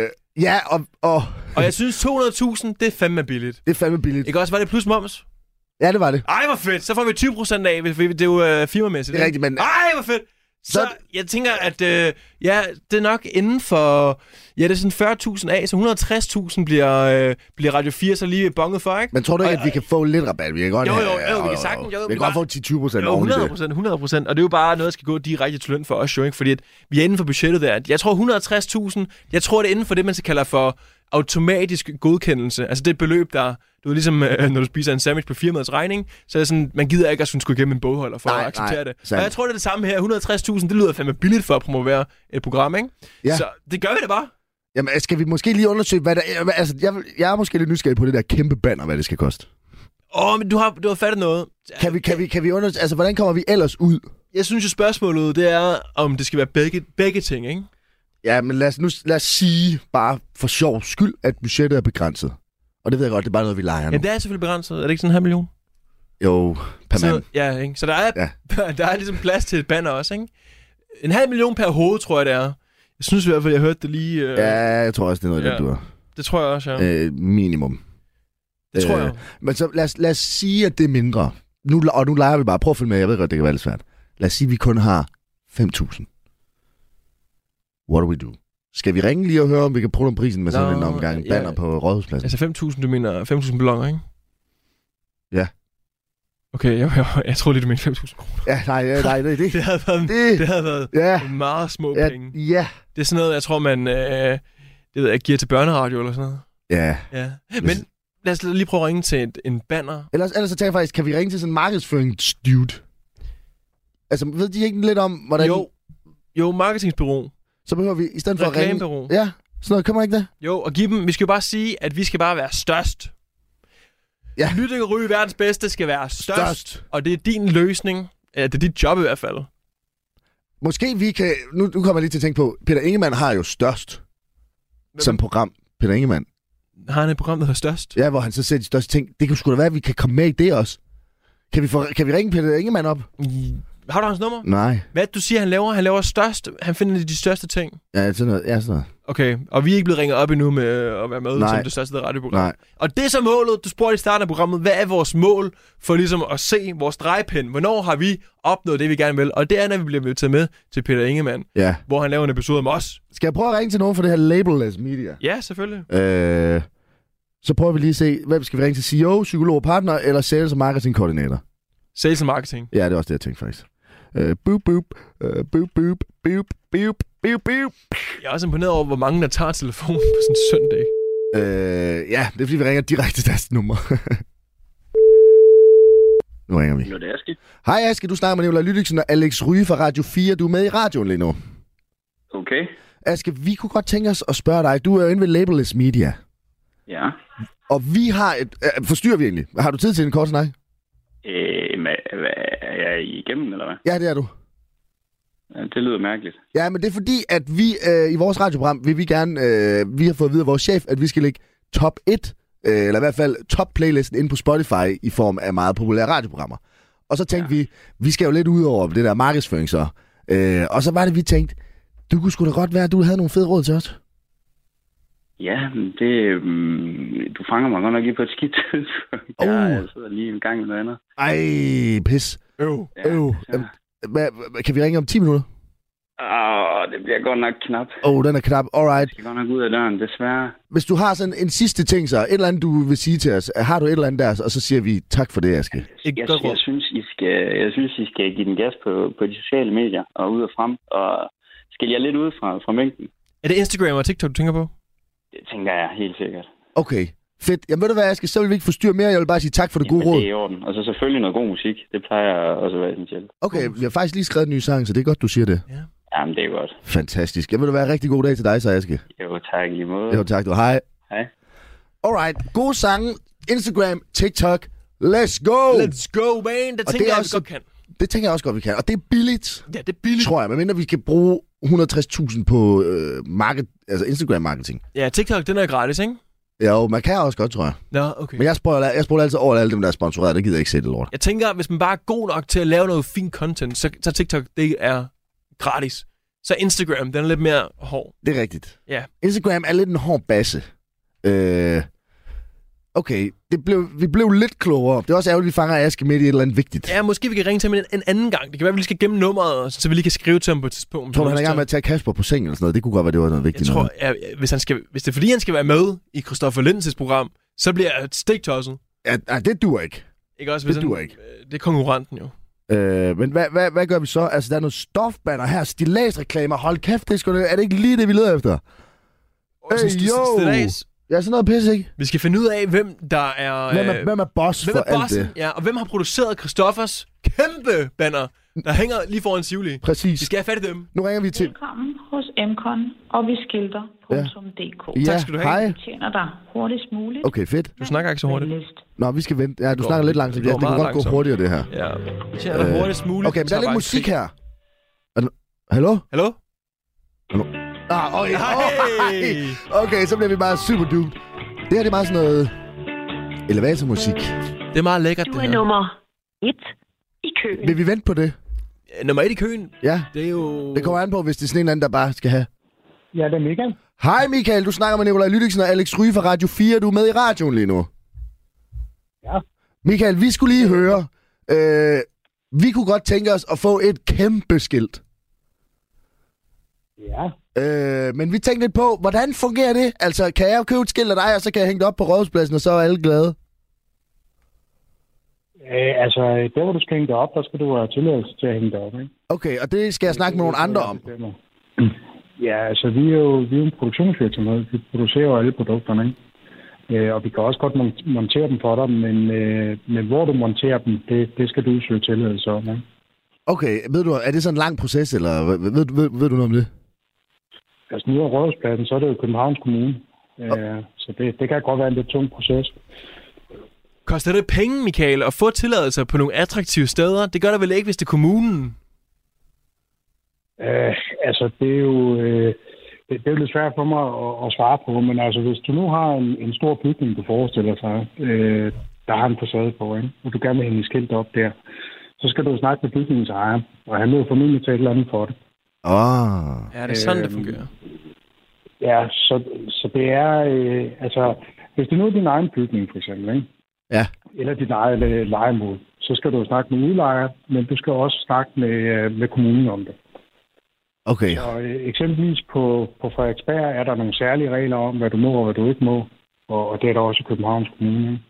Speaker 4: øh, ja, og, og
Speaker 1: Og jeg synes 200.000, det er fandme billigt.
Speaker 4: det er fandme billigt.
Speaker 1: Ikke også? Var det plus moms?
Speaker 4: Ja, det var det.
Speaker 1: Ej, hvor fedt. Så får vi 20% af, hvis vi, det er jo øh, firmamæssigt.
Speaker 4: Det er
Speaker 1: ikke?
Speaker 4: rigtigt, men-
Speaker 1: Ej, hvor fedt. Så, så
Speaker 4: Så-
Speaker 1: jeg tænker, at øh, ja, det er nok inden for... Ja, det er sådan 40.000 af, så 160.000 bliver, øh, bliver Radio 4 så lige bonget for, ikke?
Speaker 4: Men tror du ikke, at vi kan få lidt rabat? Vi kan godt
Speaker 1: Jo,
Speaker 4: have-
Speaker 1: jo, jo, vi kan
Speaker 4: og-
Speaker 1: sagtens- jo,
Speaker 4: Vi
Speaker 1: vi
Speaker 4: kan godt
Speaker 1: bare-
Speaker 4: få 10-20 procent
Speaker 1: Jo,
Speaker 4: oven i
Speaker 1: 100
Speaker 4: det.
Speaker 1: procent, 100 procent. Og det er jo bare noget, der skal gå direkte til løn for os, jo, ikke? Fordi at vi er inden for budgettet der. Jeg tror 160.000, jeg tror, det er inden for det, man så kalder for automatisk godkendelse. Altså det beløb, der... Du ved, ligesom øh, når du spiser en sandwich på firmaets regning, så er det sådan, man gider ikke at skulle skulle igennem en bogholder for
Speaker 4: Nej,
Speaker 1: at acceptere
Speaker 4: nej,
Speaker 1: det.
Speaker 4: sandt.
Speaker 1: Og jeg tror, det er det samme her. 160.000, det lyder fandme billigt for at promovere et program, ikke?
Speaker 4: Ja.
Speaker 1: Så det gør vi da bare.
Speaker 4: Jamen, altså, skal vi måske lige undersøge, hvad der... hvad- Altså, jeg, vil- jeg er måske lidt nysgerrig på det der kæmpe banner, hvad det skal koste.
Speaker 1: Åh, men du har, du har fattet noget.
Speaker 4: Kan vi, kan vi, kan vi undersøge... Altså, hvordan kommer vi ellers ud?
Speaker 1: Jeg synes jo, spørgsmålet det er, om det skal være begge, begge ting, ikke?
Speaker 4: Ja, men lad os, nu, lad os sige, bare for sjov skyld, at budgettet er begrænset. Og det ved jeg godt, det er bare noget, vi leger nu.
Speaker 1: Ja, det er selvfølgelig begrænset. Er det ikke sådan en halv million?
Speaker 4: Jo, per
Speaker 1: så,
Speaker 4: mand.
Speaker 1: Ja, ikke? Så der er,
Speaker 4: Ja.
Speaker 1: ja. der er ligesom plads til et banner også, ikke? En halv million per hoved, tror jeg, det er. Jeg synes i hvert fald, jeg hørte det lige... Øh,
Speaker 4: Ja, jeg tror også, det er noget,
Speaker 1: Ja.
Speaker 4: ja. du har.
Speaker 1: Det tror jeg også, ja.
Speaker 4: Øh, minimum.
Speaker 1: det tror
Speaker 4: øh,
Speaker 1: jeg.
Speaker 4: Men så lad os, lad os sige, at det er mindre. Nu, og nu leger vi bare. Prøv at følge med. Jeg ved godt, det kan være lidt svært. Lad os sige, at vi kun har 5.000. What do we do? Skal vi ringe lige og høre, om vi kan prøve om prisen med sådan
Speaker 1: Nå,
Speaker 4: en omgang
Speaker 1: ja.
Speaker 4: banner på rådhuspladsen?
Speaker 1: Altså 5.000, du mener 5.000 balloner, ikke?
Speaker 4: Ja.
Speaker 1: Okay, jeg, jeg, jeg tror lige, du mener 5.000 kroner.
Speaker 4: Ja, nej, ja, nej, det er
Speaker 1: Det
Speaker 4: det.
Speaker 1: havde været, det,
Speaker 4: Det-
Speaker 1: det havde været
Speaker 4: Ja,
Speaker 1: meget små
Speaker 4: ja,
Speaker 1: penge.
Speaker 4: ja.
Speaker 1: Det er sådan noget, jeg tror, man... Øh, det ved jeg, giver til børneradio eller sådan noget.
Speaker 4: ja.
Speaker 1: Ja. Men lad os lige prøve at ringe til et, en banner.
Speaker 4: Ellers, ellers så tænker jeg faktisk, kan vi ringe til sådan en markedsføringsdude? Altså, ved de ikke lidt om, hvordan...
Speaker 1: Jo, jo marketingsbureau.
Speaker 4: Så behøver vi, i stedet for at ringe...
Speaker 1: Reklamebureau.
Speaker 4: Ja, sådan noget, kommer ikke det?
Speaker 1: Jo, og give dem, vi skal jo bare sige, at vi skal bare være størst. Ja.
Speaker 4: Ja.
Speaker 1: Lytte Ry, verdens bedste, skal være størst, størst.
Speaker 4: Størst.
Speaker 1: Og det er din løsning. Ja, det er dit job i hvert fald.
Speaker 4: Måske vi kan... Nu, nu kommer jeg lige til at tænke på, Peter Ingemann har jo størst som program. Peter Ingemann.
Speaker 1: Har han et program, der hedder Størst?
Speaker 4: Ja, hvor han så ser de største ting. Det kan sgu da være, at vi kan komme med i det også. Kan vi, få, kan vi ringe Peter Ingemann op?
Speaker 1: I- Har du hans nummer?
Speaker 4: Nej.
Speaker 1: Hvad er det, du siger, han laver? Han laver størst. Han finder de største ting.
Speaker 4: Ja, sådan noget. Ja, sådan noget.
Speaker 1: Okay, og vi er ikke blevet ringet op endnu med øh, at være med
Speaker 4: Nej.
Speaker 1: som det største radioprogram.
Speaker 4: Nej.
Speaker 1: Og det er så målet. Du spurgte i starten af programmet, hvad er vores mål for ligesom at se vores drejepind? Hvornår har vi opnået det, vi gerne vil? Og det er, når vi bliver taget med til Peter Ingemann,
Speaker 4: Ja.
Speaker 1: hvor han laver en episode om os.
Speaker 4: Skal jeg prøve at ringe til nogen for det her Labelless Media?
Speaker 1: Ja, selvfølgelig.
Speaker 4: Øh, så prøver vi lige at se, hvem skal vi ringe til? CEO, psykolog, og partner eller sales- og marketingkoordinator?
Speaker 1: Sales and marketing.
Speaker 4: Ja, det er også det, jeg tænkte faktisk. Øh, boop, boop, øh, boop, boop, boop, boop, boop, boop.
Speaker 1: Jeg er også imponeret over, hvor mange der tager telefonen på sådan en søndag.
Speaker 4: Øh, ja, det er fordi, vi ringer direkte til deres nummer. nu ringer vi.
Speaker 6: Nu er det Aske.
Speaker 4: Hej Aske, du snakker med Nicolaj Lydiksen og Alex Ryge fra Radio 4. Du er med i radioen lige nu.
Speaker 6: Okay.
Speaker 4: Aske, vi kunne godt tænke os at spørge dig. Du er jo inde ved Labelless Media.
Speaker 6: Ja.
Speaker 4: Og vi har et... Øh, forstyrrer vi egentlig? Har du tid til en kort snak?
Speaker 6: Øh, men, hvad, er jeg igennem, eller hvad?
Speaker 4: Ja, det er du.
Speaker 6: Ja, Det lyder mærkeligt.
Speaker 4: Ja, men det er fordi, at vi øh, i vores radioprogram vil vi gerne... Øh, vi har fået at vide af vores chef, at vi skal lægge top 1, øh, eller i hvert fald top playlisten ind på Spotify i form af meget populære radioprogrammer. Og så tænkte ja. vi, vi skal jo lidt ud over det der markedsføring så. Øh, og så var det, vi tænkte, du kunne sgu da godt være, at du havde nogle fede råd til os.
Speaker 6: Ja, men det... øhm, Du fanger mig godt nok lige på et skidt tidspunkt.
Speaker 4: Uh.
Speaker 6: Jeg sidder lige en gang med noget andet.
Speaker 4: Ej, pis.
Speaker 1: Øv.
Speaker 4: Øv.
Speaker 6: ja.
Speaker 4: Hva, hva- kan vi ringe om 10 minutter?
Speaker 6: Åh, det bliver godt nok knap.
Speaker 4: Åh, oh, den er knap. Alright.
Speaker 6: Jeg skal godt nok ud af døren, desværre.
Speaker 4: Hvis du har sådan en sidste ting så, et eller andet, du vil sige til os. Har du et eller andet der, og så siger vi tak for det, Aske.
Speaker 1: Et
Speaker 6: Jeg,
Speaker 1: godt råd.
Speaker 6: jeg, synes, I skal, jeg synes, I skal give den gas på, på de sociale medier og ud og frem. Og skal jeg lidt ud fra, fra mængden?
Speaker 1: Er det Instagram og TikTok, du tænker på?
Speaker 6: Det tænker jeg helt sikkert.
Speaker 4: Okay, fedt. Jamen ved du hvad, Aske, så vil vi ikke forstyrre mere. Jeg vil bare sige tak for det gode
Speaker 6: Jamen, Det er
Speaker 4: råd.
Speaker 6: i orden. Og så selvfølgelig noget god musik. Det plejer også at være essentielt.
Speaker 4: Okay, vi har faktisk lige skrevet en ny sang, så det er godt, du siger det.
Speaker 6: Jamen, det er godt.
Speaker 4: Fantastisk. Jamen ved du hvad, rigtig god dag til dig så, Aske.
Speaker 6: Jo, tak i lige måde.
Speaker 4: Jo, tak du. Hej.
Speaker 6: Hej.
Speaker 4: Alright, gode sange, Instagram, TikTok. Let's go!
Speaker 1: Let's go, man. Det tænker
Speaker 4: Oh. Og det er altså-
Speaker 1: jeg, også...
Speaker 4: også-
Speaker 1: vi godt kan.
Speaker 4: Det tænker jeg også godt, vi kan. Og det er billigt,
Speaker 1: Ja, det er billigt.
Speaker 4: tror jeg. Medmindre vi kan bruge 160.000 på øh, market, altså Instagram-marketing.
Speaker 1: Ja, TikTok, den er gratis, ikke?
Speaker 4: Jo, man kan også godt, tror jeg.
Speaker 1: Nå, okay.
Speaker 4: Men jeg spoiler, jeg spoiler altid over alle dem, der er sponsoreret. Det gider jeg ikke se det lort.
Speaker 1: Jeg tænker, at hvis man bare er god nok til at lave noget fint content, så, så TikTok, det er gratis. Så Instagram, den er lidt mere hård.
Speaker 4: Det er rigtigt.
Speaker 1: Ja.
Speaker 4: Instagram er lidt en hård basse. Øh, okay, det blev, vi blev lidt klogere. Det er også ærgerligt, at vi fanger Aske midt i et eller andet vigtigt.
Speaker 1: Ja, måske vi kan ringe til ham en, en anden gang. Det kan være, at vi lige skal gemme nummeret, så vi lige kan skrive til ham på et tidspunkt.
Speaker 4: Tror du, han er i gang med at tage Kasper på sengen eller sådan noget? Det kunne godt være, det var noget
Speaker 1: Jeg
Speaker 4: vigtigt.
Speaker 1: tror,
Speaker 4: noget.
Speaker 1: at hvis, han skal, hvis det er fordi, han skal være med i Christoffer Linds' program, så bliver jeg stiktosset.
Speaker 4: Ja, nej, det dur ikke.
Speaker 1: Ikke også?
Speaker 4: Det
Speaker 1: Hvis han-
Speaker 4: duer ikke.
Speaker 1: øh, Det er konkurrenten jo.
Speaker 4: Øh, men hvad, hvad, hvad gør vi så? Altså, der er noget stofbanner her, stilagsreklamer. Hold kæft, det er, sgu, da- er det ikke lige det, vi leder efter?
Speaker 1: Og sådan-
Speaker 4: Øh, jo!
Speaker 1: sådan- sådan-
Speaker 4: Ja, sådan noget pis, ikke?
Speaker 1: Vi skal finde ud af, hvem der er...
Speaker 4: Hvem
Speaker 1: øh,
Speaker 4: er, hvem er boss
Speaker 1: Hvem
Speaker 4: for
Speaker 1: er
Speaker 4: alt
Speaker 1: bossen?
Speaker 4: det?
Speaker 1: Ja, og hvem har produceret Christoffers kæmpe banner, der hænger lige foran Sivli?
Speaker 4: Præcis.
Speaker 1: Vi skal have fat i dem.
Speaker 4: Nu ringer vi til...
Speaker 8: Velkommen hos Mkon, og vi skilter.dk. Ja.
Speaker 4: Ja,
Speaker 1: skal du have.
Speaker 4: hej.
Speaker 8: Tjener dig hurtigst muligt.
Speaker 4: Okay, fedt.
Speaker 1: Du snakker ikke så hurtigt.
Speaker 8: List.
Speaker 4: Nå, vi skal vente. Ja, du
Speaker 1: går-
Speaker 4: snakker lidt langsomt.
Speaker 1: det
Speaker 4: Ja,
Speaker 1: går
Speaker 4: det kunne
Speaker 1: meget
Speaker 4: godt gå
Speaker 1: langsomt.
Speaker 4: hurtigere, det her.
Speaker 1: Ja. Tjener øh, hurtigst muligt.
Speaker 4: Okay, men der er lidt
Speaker 1: Tager
Speaker 4: musik
Speaker 1: bare en
Speaker 4: her. Er der- Hallo?
Speaker 1: krig. Hallo?
Speaker 4: Ah, okay.
Speaker 1: Hej!
Speaker 4: okay, så bliver vi bare super duped. Det her det er bare sådan noget elevatormusik.
Speaker 1: Det er meget lækkert,
Speaker 8: Du
Speaker 1: det
Speaker 8: er
Speaker 1: her.
Speaker 8: nummer et i køen.
Speaker 4: Vil vi vente på det?
Speaker 1: Øh, Nummer et i køen,
Speaker 4: Ja.
Speaker 1: det er jo...
Speaker 4: Det kommer an på, hvis det er sådan en eller anden, der bare skal have.
Speaker 9: Ja, det er Michael.
Speaker 4: Hej Michael, du snakker med Nikolaj Lydiksen og Alex Ryge fra Radio 4. Du er med i radioen lige nu.
Speaker 9: Ja.
Speaker 4: Michael, vi skulle lige høre. Øh, vi kunne godt tænke os at få et kæmpe skilt.
Speaker 9: Ja.
Speaker 4: Øh, men vi tænkte lidt på, hvordan fungerer det? Altså, kan jeg købe et skilt af dig, og så kan jeg hænge det op på rådhuspladsen, og så er alle glade?
Speaker 9: Øh, altså, der hvor du skal hænge dig op, der skal du have tilladelse til at hænge dig op, ikke?
Speaker 4: Okay, og det skal jeg snakke med nogle andre om.
Speaker 9: Bestemmer. Ja, altså vi er jo vi er jo en produktionsvirksomhed. Vi producerer jo alle produkterne, ikke? Øh, og vi kan også godt mon- montere dem for dig, men, øh, men hvor du monterer dem, det, det skal du søge tilladelse om. Ikke?
Speaker 4: Okay, ved du, er det sådan en lang proces, eller ved, ved, ved, ved du noget om det?
Speaker 9: Altså nu er Rådhuspladsen, så er det jo Københavns Kommune, øh, så det, det kan godt være en lidt tung proces.
Speaker 1: Koster det penge, Michael, at få tilladelser på nogle attraktive steder? Det gør der vel ikke, hvis det er kommunen?
Speaker 9: Øh, altså, det er jo... Øh, det, det er jo lidt svært for mig at, at svare på, men altså, hvis du nu har en, en stor bygning, du forestiller sig, øh, der har en facade på, ikke? og du gerne vil hænge et skilt op der, så skal du jo snakke med bygningens ejer, og han vil jo formentlig tage et eller andet for det.
Speaker 4: Åh, oh,
Speaker 1: Ja, det er sådan, det
Speaker 9: Øhm,
Speaker 1: fungerer.
Speaker 9: Ja, så, så det er... Øh, altså, hvis det nu er din egen bygning, for eksempel, ikke?
Speaker 4: Ja.
Speaker 9: eller dit eget øh, lejemål, så skal du jo snakke med udlejer, men du skal også snakke med, øh, med kommunen om det.
Speaker 4: okay.
Speaker 9: Og øh, eksempelvis på, på Frederiksberg er der nogle særlige regler om, hvad du må og hvad du ikke må. Og, og det er der også i Københavns Kommune. ikke?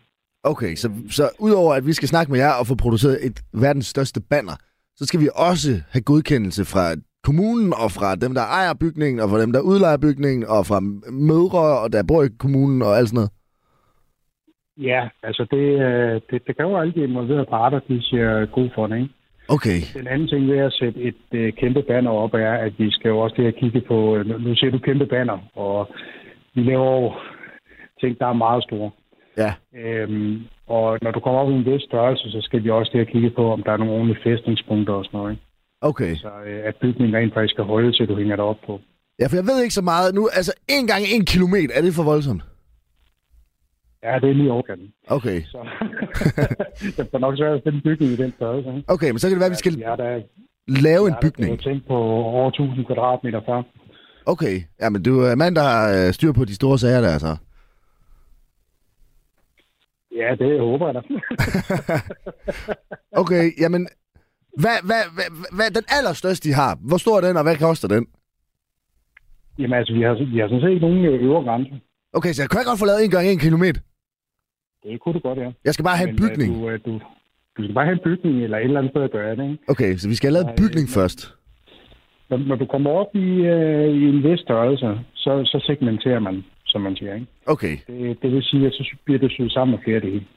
Speaker 4: Okay, så, så udover at vi skal snakke med jer og få produceret et verdens største banner, så skal vi også have godkendelse fra kommunen og fra dem, der ejer bygningen, og fra dem, der udlejer bygningen, og fra mødre, og der bor i kommunen og alt sådan noget?
Speaker 9: Ja, altså det, øh, det, det kræver alle de involverede parter, de siger god for det, ikke?
Speaker 4: Okay.
Speaker 9: Den anden ting ved at sætte et øh, kæmpe banner op er, at vi skal jo også det at kigge på, øh, nu- nu ser du kæmpe banner, og vi laver jo ting, der er meget store.
Speaker 4: Ja.
Speaker 9: Øhm, og når du kommer op i en vis størrelse, så skal vi også det at kigge på, om der er nogle ordentlige fæstningspunkter og sådan noget. Ikke?
Speaker 4: Okay.
Speaker 9: Så øh, at bygningen rent faktisk skal holde til, du hænger dig op på.
Speaker 4: Ja, for jeg ved ikke så meget nu. Altså, en gang en kilometer, er det for voldsomt?
Speaker 9: Ja, det er lige overkanten.
Speaker 4: Okay.
Speaker 9: Så det er nok svært at finde en bygning i den størrelse. Ikke?
Speaker 4: Okay, men så kan det være, at vi skal
Speaker 9: Ja, der er,
Speaker 4: lave en
Speaker 9: der er, der
Speaker 4: bygning.
Speaker 9: er tænkt på over 1000 kvadratmeter før.
Speaker 4: Okay. Ja, men du er mand, der har øh, styr på de store sager der, altså. så.
Speaker 9: Ja, det håber jeg da.
Speaker 4: Okay, jamen... Hvad, hvad, hvad, hvad, hvad den allerstørste, de har? Hvor stor er den, og hvad koster den?
Speaker 9: Jamen altså, vi har, vi har sådan set ikke nogen øh, øvre grænse.
Speaker 4: Okay, så jeg kan godt få lavet en gang en kilometer.
Speaker 9: Det kunne du godt, ja.
Speaker 4: Jeg skal bare have en
Speaker 9: Men, øh,
Speaker 4: bygning.
Speaker 9: Du, øh, du, du skal bare have en bygning eller et eller andet sted at gøre det. Ikke?
Speaker 4: Okay, så vi skal have lavet en
Speaker 9: Nej,
Speaker 4: bygning først.
Speaker 9: Når, når du kommer op i, øh, i en vis størrelse, så, så segmenterer man, som man siger. Ikke?
Speaker 4: Okay,
Speaker 9: Det, det vil sige, at så bliver det syet sammen med flere dele.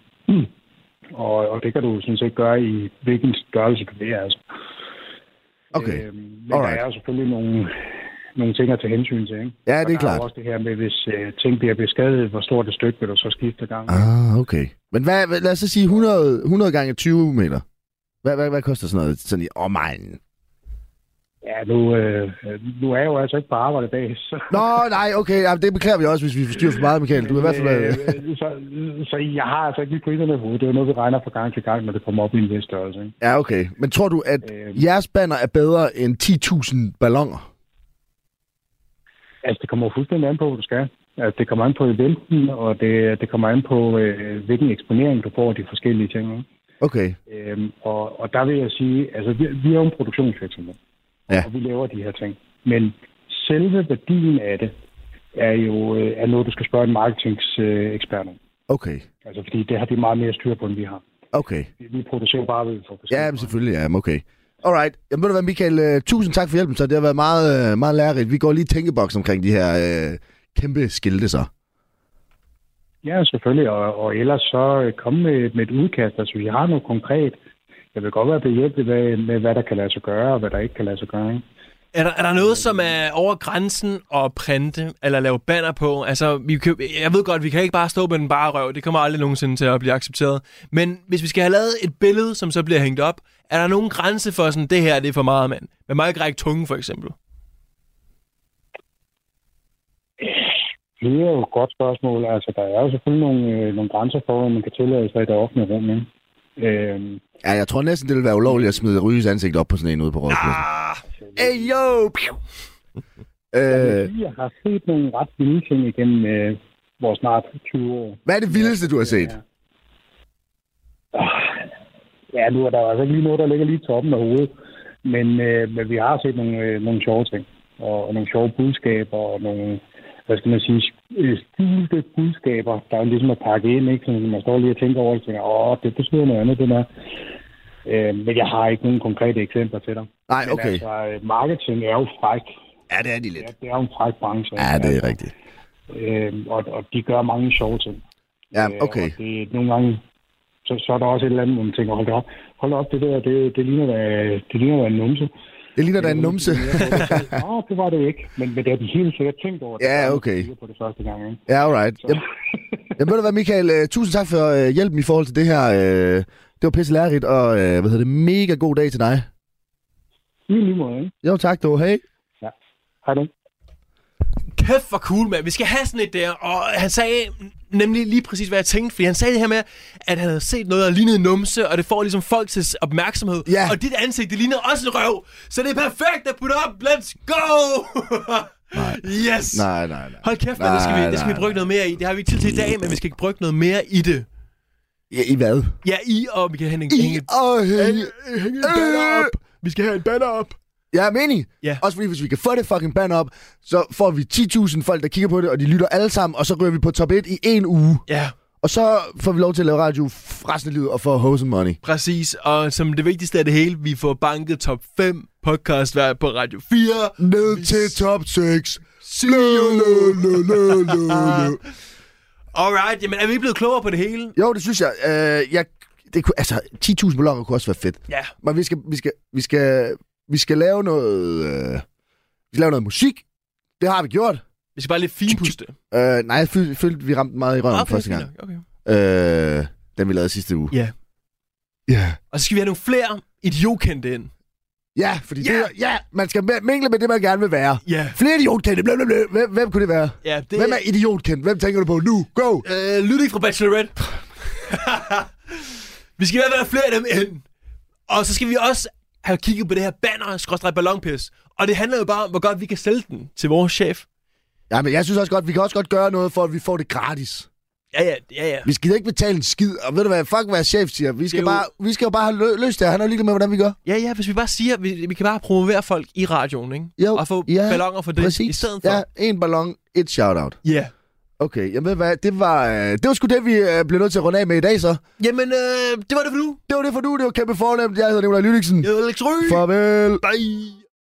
Speaker 9: Mm. Og, og det kan du sådan set gøre i hvilken størrelse du vil. Altså.
Speaker 4: okay.
Speaker 9: Øhm, men
Speaker 4: Alright.
Speaker 9: der er jo selvfølgelig nogle, nogle ting at tage hensyn til. Ikke?
Speaker 4: Ja, det er
Speaker 9: og der er
Speaker 4: klart.
Speaker 9: jo også det her med, hvis øh, ting bliver beskadiget, hvor stort et stykke vil du så skifte gang.
Speaker 4: Ah, okay. Men hvad, hvad- lad os så sige 100, 100 gange 20 meter. Hvad, hvad, hvad koster sådan noget? Sådan i omegnen.
Speaker 9: Ja, nu, øh, nu er jeg jo altså ikke på arbejde i dag, så...
Speaker 4: Nå, nej, okay. Ja, det beklager vi også, hvis vi forstyrrer for meget, Michael. Du er i hvert fald... Øh,
Speaker 9: Øh, øh, så, så jeg har altså ikke lige priserne i hovedet. Det er jo noget, vi regner fra gang til gang, når det kommer op i en vis størrelse. Ikke?
Speaker 4: ja, okay. Men tror du, at
Speaker 9: Øh,
Speaker 4: jeres banner er bedre end 10.000 ballonger?
Speaker 9: altså, det kommer jo fuldstændig an på, hvad du skal. Altså, det kommer an på eventen, og det, det kommer an på, øh, hvilken eksponering du får af de forskellige ting. Ikke?
Speaker 4: Okay,
Speaker 9: Øhm, og, og der vil jeg sige, altså, vi, vi er jo en produktionsvirksomhed,
Speaker 4: Ja.
Speaker 9: og vi laver de her ting. Men selve værdien af det er jo øh, er noget, du skal spørge en marketingsekspert om.
Speaker 4: okay,
Speaker 9: Altså, fordi det har de meget mere styr på, end vi har.
Speaker 4: okay.
Speaker 9: Vi, vi producerer jo bare, hvad vi får besked
Speaker 4: Ja,
Speaker 9: på.
Speaker 4: men selvfølgelig, ja, men okay. Alright. Jamen ved du hvad, Michael, øh, tusind tak for hjælpen, så det har været meget, øh, meget lærerigt. Vi går lige i tænkeboks omkring de her øh, kæmpe skilte så.
Speaker 9: Ja, selvfølgelig. Og, og ellers så øh, komme med, med et udkast. Altså, vi har noget konkret. Jeg vil godt være behjælpelig med, med, hvad der kan lade sig gøre, og hvad der ikke kan lade sig gøre. Ikke?
Speaker 1: Er der, er der noget, som er over grænsen at printe eller lave banner på? Altså, vi kan, jeg ved godt, vi kan ikke bare stå med den bare røv. Det kommer aldrig nogensinde til at blive accepteret. Men hvis vi skal have lavet et billede, som så bliver hængt op, er der nogen grænse for sådan, det her det er for meget, mand? Man må ikke række tunge, for eksempel.
Speaker 9: Det er jo et godt spørgsmål. Altså, der er jo selvfølgelig nogle, øh, nogle grænser for, hvad man kan tillade sig i det offentlige rum. Ikke? Øhm,
Speaker 4: Ja, jeg tror næsten, det ville være ulovligt at smide Ryges ansigt op på sådan en ude på rådspladsen. Hey, yo! Piu! Øh,
Speaker 9: jeg har set nogle ret vilde ting igennem øh, vores snart 20 år.
Speaker 4: hvad er det vildeste, du har set?
Speaker 9: Ja, nu er der jo altså ikke lige noget, der ligger lige i toppen af hovedet. Men, øh, men vi har set nogle, øh, nogle sjove ting, og, og nogle sjove budskaber, og nogle, hvad skal man sige, øh, stilte budskaber, der er jo ligesom at pakke ind, ikke? Så man står lige og tænker over det, og tænker, åh, det betyder noget andet, det der. Øh, men jeg har ikke nogen konkrete eksempler til dig.
Speaker 4: Nej,
Speaker 9: Men
Speaker 4: okay.
Speaker 9: altså, øh, marketing er jo fræk.
Speaker 4: Ja, det er de lidt.
Speaker 9: Ja, det er jo en fræk branche.
Speaker 4: Ja,
Speaker 9: ikke?
Speaker 4: det er
Speaker 9: Altså,
Speaker 4: rigtigt.
Speaker 9: Øh, og, og de gør mange sjove ting.
Speaker 4: Ja,
Speaker 9: Øh,
Speaker 4: okay.
Speaker 9: Og det, nogle gange, så, så er der også et eller andet, hvor man tænker, hold da op, hold da op, det der, det, det ligner, hvad, det ligner hvad en numse.
Speaker 4: Det ligner da en numse.
Speaker 9: Nå, det var det ikke, men, men det har de helt sikkert tænkt over.
Speaker 4: Ja,
Speaker 9: det var,
Speaker 4: okay.
Speaker 9: de kigger På det første gang, ikke?
Speaker 4: Ja, alright. Jamen, jamen ved du hvad, Michael, øh, tusind tak for øh, hjælpen i forhold til det her. Øh, det var pisse lærerigt, og øh, hvad hedder det, mega god dag til dig.
Speaker 9: I lige måde, ikke?
Speaker 4: Jo, tak du. Hej.
Speaker 9: Hej du.
Speaker 1: Kæft for cool, mand. Vi skal have sådan et der. Og han sagde nemlig lige præcis, hvad jeg tænkte. Fordi han sagde det her med, at han havde set noget, der lignede en numse, og det får ligesom folks opmærksomhed.
Speaker 4: Ja.
Speaker 1: Og dit ansigt, det ligner også en røv. Så det er perfekt at putte op. Let's go!
Speaker 4: Nej.
Speaker 1: Yes!
Speaker 4: Nej, nej, nej.
Speaker 1: Hold kæft, man, det skal vi,
Speaker 4: Nej,
Speaker 1: det skal vi
Speaker 4: nej,
Speaker 1: brygge noget mere i. Det har vi ikke tid til i dag, men vi skal ikke brygge noget mere i det.
Speaker 4: Ja, I hvad?
Speaker 1: Ja, I og Michael Henning.
Speaker 4: I
Speaker 1: Henning-
Speaker 4: og hænge.
Speaker 1: Hænge- hænge en banner op. Vi skal have en banner op.
Speaker 4: Ja, men enig.
Speaker 1: Ja.
Speaker 4: Også fordi, hvis vi kan få det fucking band op, så får vi 10.000 folk, der kigger på det, og de lytter alle sammen, og så ryger vi på top 1 i en uge.
Speaker 1: Ja,
Speaker 4: Og så får vi lov til at lave radio f- resten af livet og få hosen money.
Speaker 1: præcis. Og som det vigtigste af det hele, vi får banket top 5 podcast hver på Radio 4.
Speaker 4: Ned til top 6. Lå, lå, lå, lå, lå, lå.
Speaker 1: Alright, jamen er vi ikke blevet klogere på det hele?
Speaker 4: Jo, det synes jeg. Øh, jeg det kunne, altså, 10.000 blogger kunne også være fedt.
Speaker 1: Ja.
Speaker 4: Men vi skal, vi skal, vi skal, vi skal lave noget... Øh, vi skal lave noget musik. Det har vi gjort.
Speaker 1: Vi skal bare lige finpuste.
Speaker 4: Øh, nej, jeg føl- følte, vi ramte den meget i røven okay,
Speaker 1: Okay,
Speaker 4: første
Speaker 1: fint
Speaker 4: gang.
Speaker 1: nok, okay.
Speaker 4: Øh, den vi lavede sidste uge.
Speaker 1: Ja.
Speaker 4: Ja.
Speaker 1: Og så skal vi have nogle flere idiotkendte ind.
Speaker 4: Ja, fordi
Speaker 1: Ja.
Speaker 4: yeah. det, ja, man skal mæ- mingle med det, man gerne vil være.
Speaker 1: Ja.
Speaker 4: Flere idiotkendte, bla, bla, bla. Hvem, hvem kunne det være?
Speaker 1: Ja, det
Speaker 4: Det... Hvem er idiotkendt? Hvem tænker du på nu? Go!
Speaker 1: Øh, Ludvig fra Bachelorette. vi skal i hvert fald have flere af dem ind. Og så skal vi også have kigget på det her banner, skråstrej ballonpis. Og det handler jo bare om, hvor godt vi kan sælge den til vores chef.
Speaker 4: Ja, men jeg synes også godt, vi kan også godt gøre noget for, at vi får det gratis.
Speaker 1: Ja, ja, ja, ja.
Speaker 4: Vi skal ikke betale en skid, og ved du hvad, fuck hvad chef siger. Vi skal,
Speaker 1: Det er jo-
Speaker 4: bare, vi skal jo bare have lø- løst det, og han er jo ligeglad med, hvordan vi gør.
Speaker 1: Ja, ja, hvis vi bare siger, vi, vi kan bare promovere folk i radioen, ikke?
Speaker 4: Jo,
Speaker 1: og få
Speaker 4: ja,
Speaker 1: ballonger for det
Speaker 4: Præcis.
Speaker 1: i stedet for.
Speaker 4: Ja, en ballon, et shout-out.
Speaker 1: ja.
Speaker 4: Okay, jamen ved du hvad, det var, øh, det var sgu det, vi øh, blev nødt til at runde af med i dag så.
Speaker 1: Jamen, øh, det var det for nu.
Speaker 4: Det var det for nu, det var kæmpe fornemt. Jeg hedder Nicolaj Lydiksen.
Speaker 1: Jeg hedder Alex Røg.
Speaker 4: Farvel.
Speaker 1: Bye.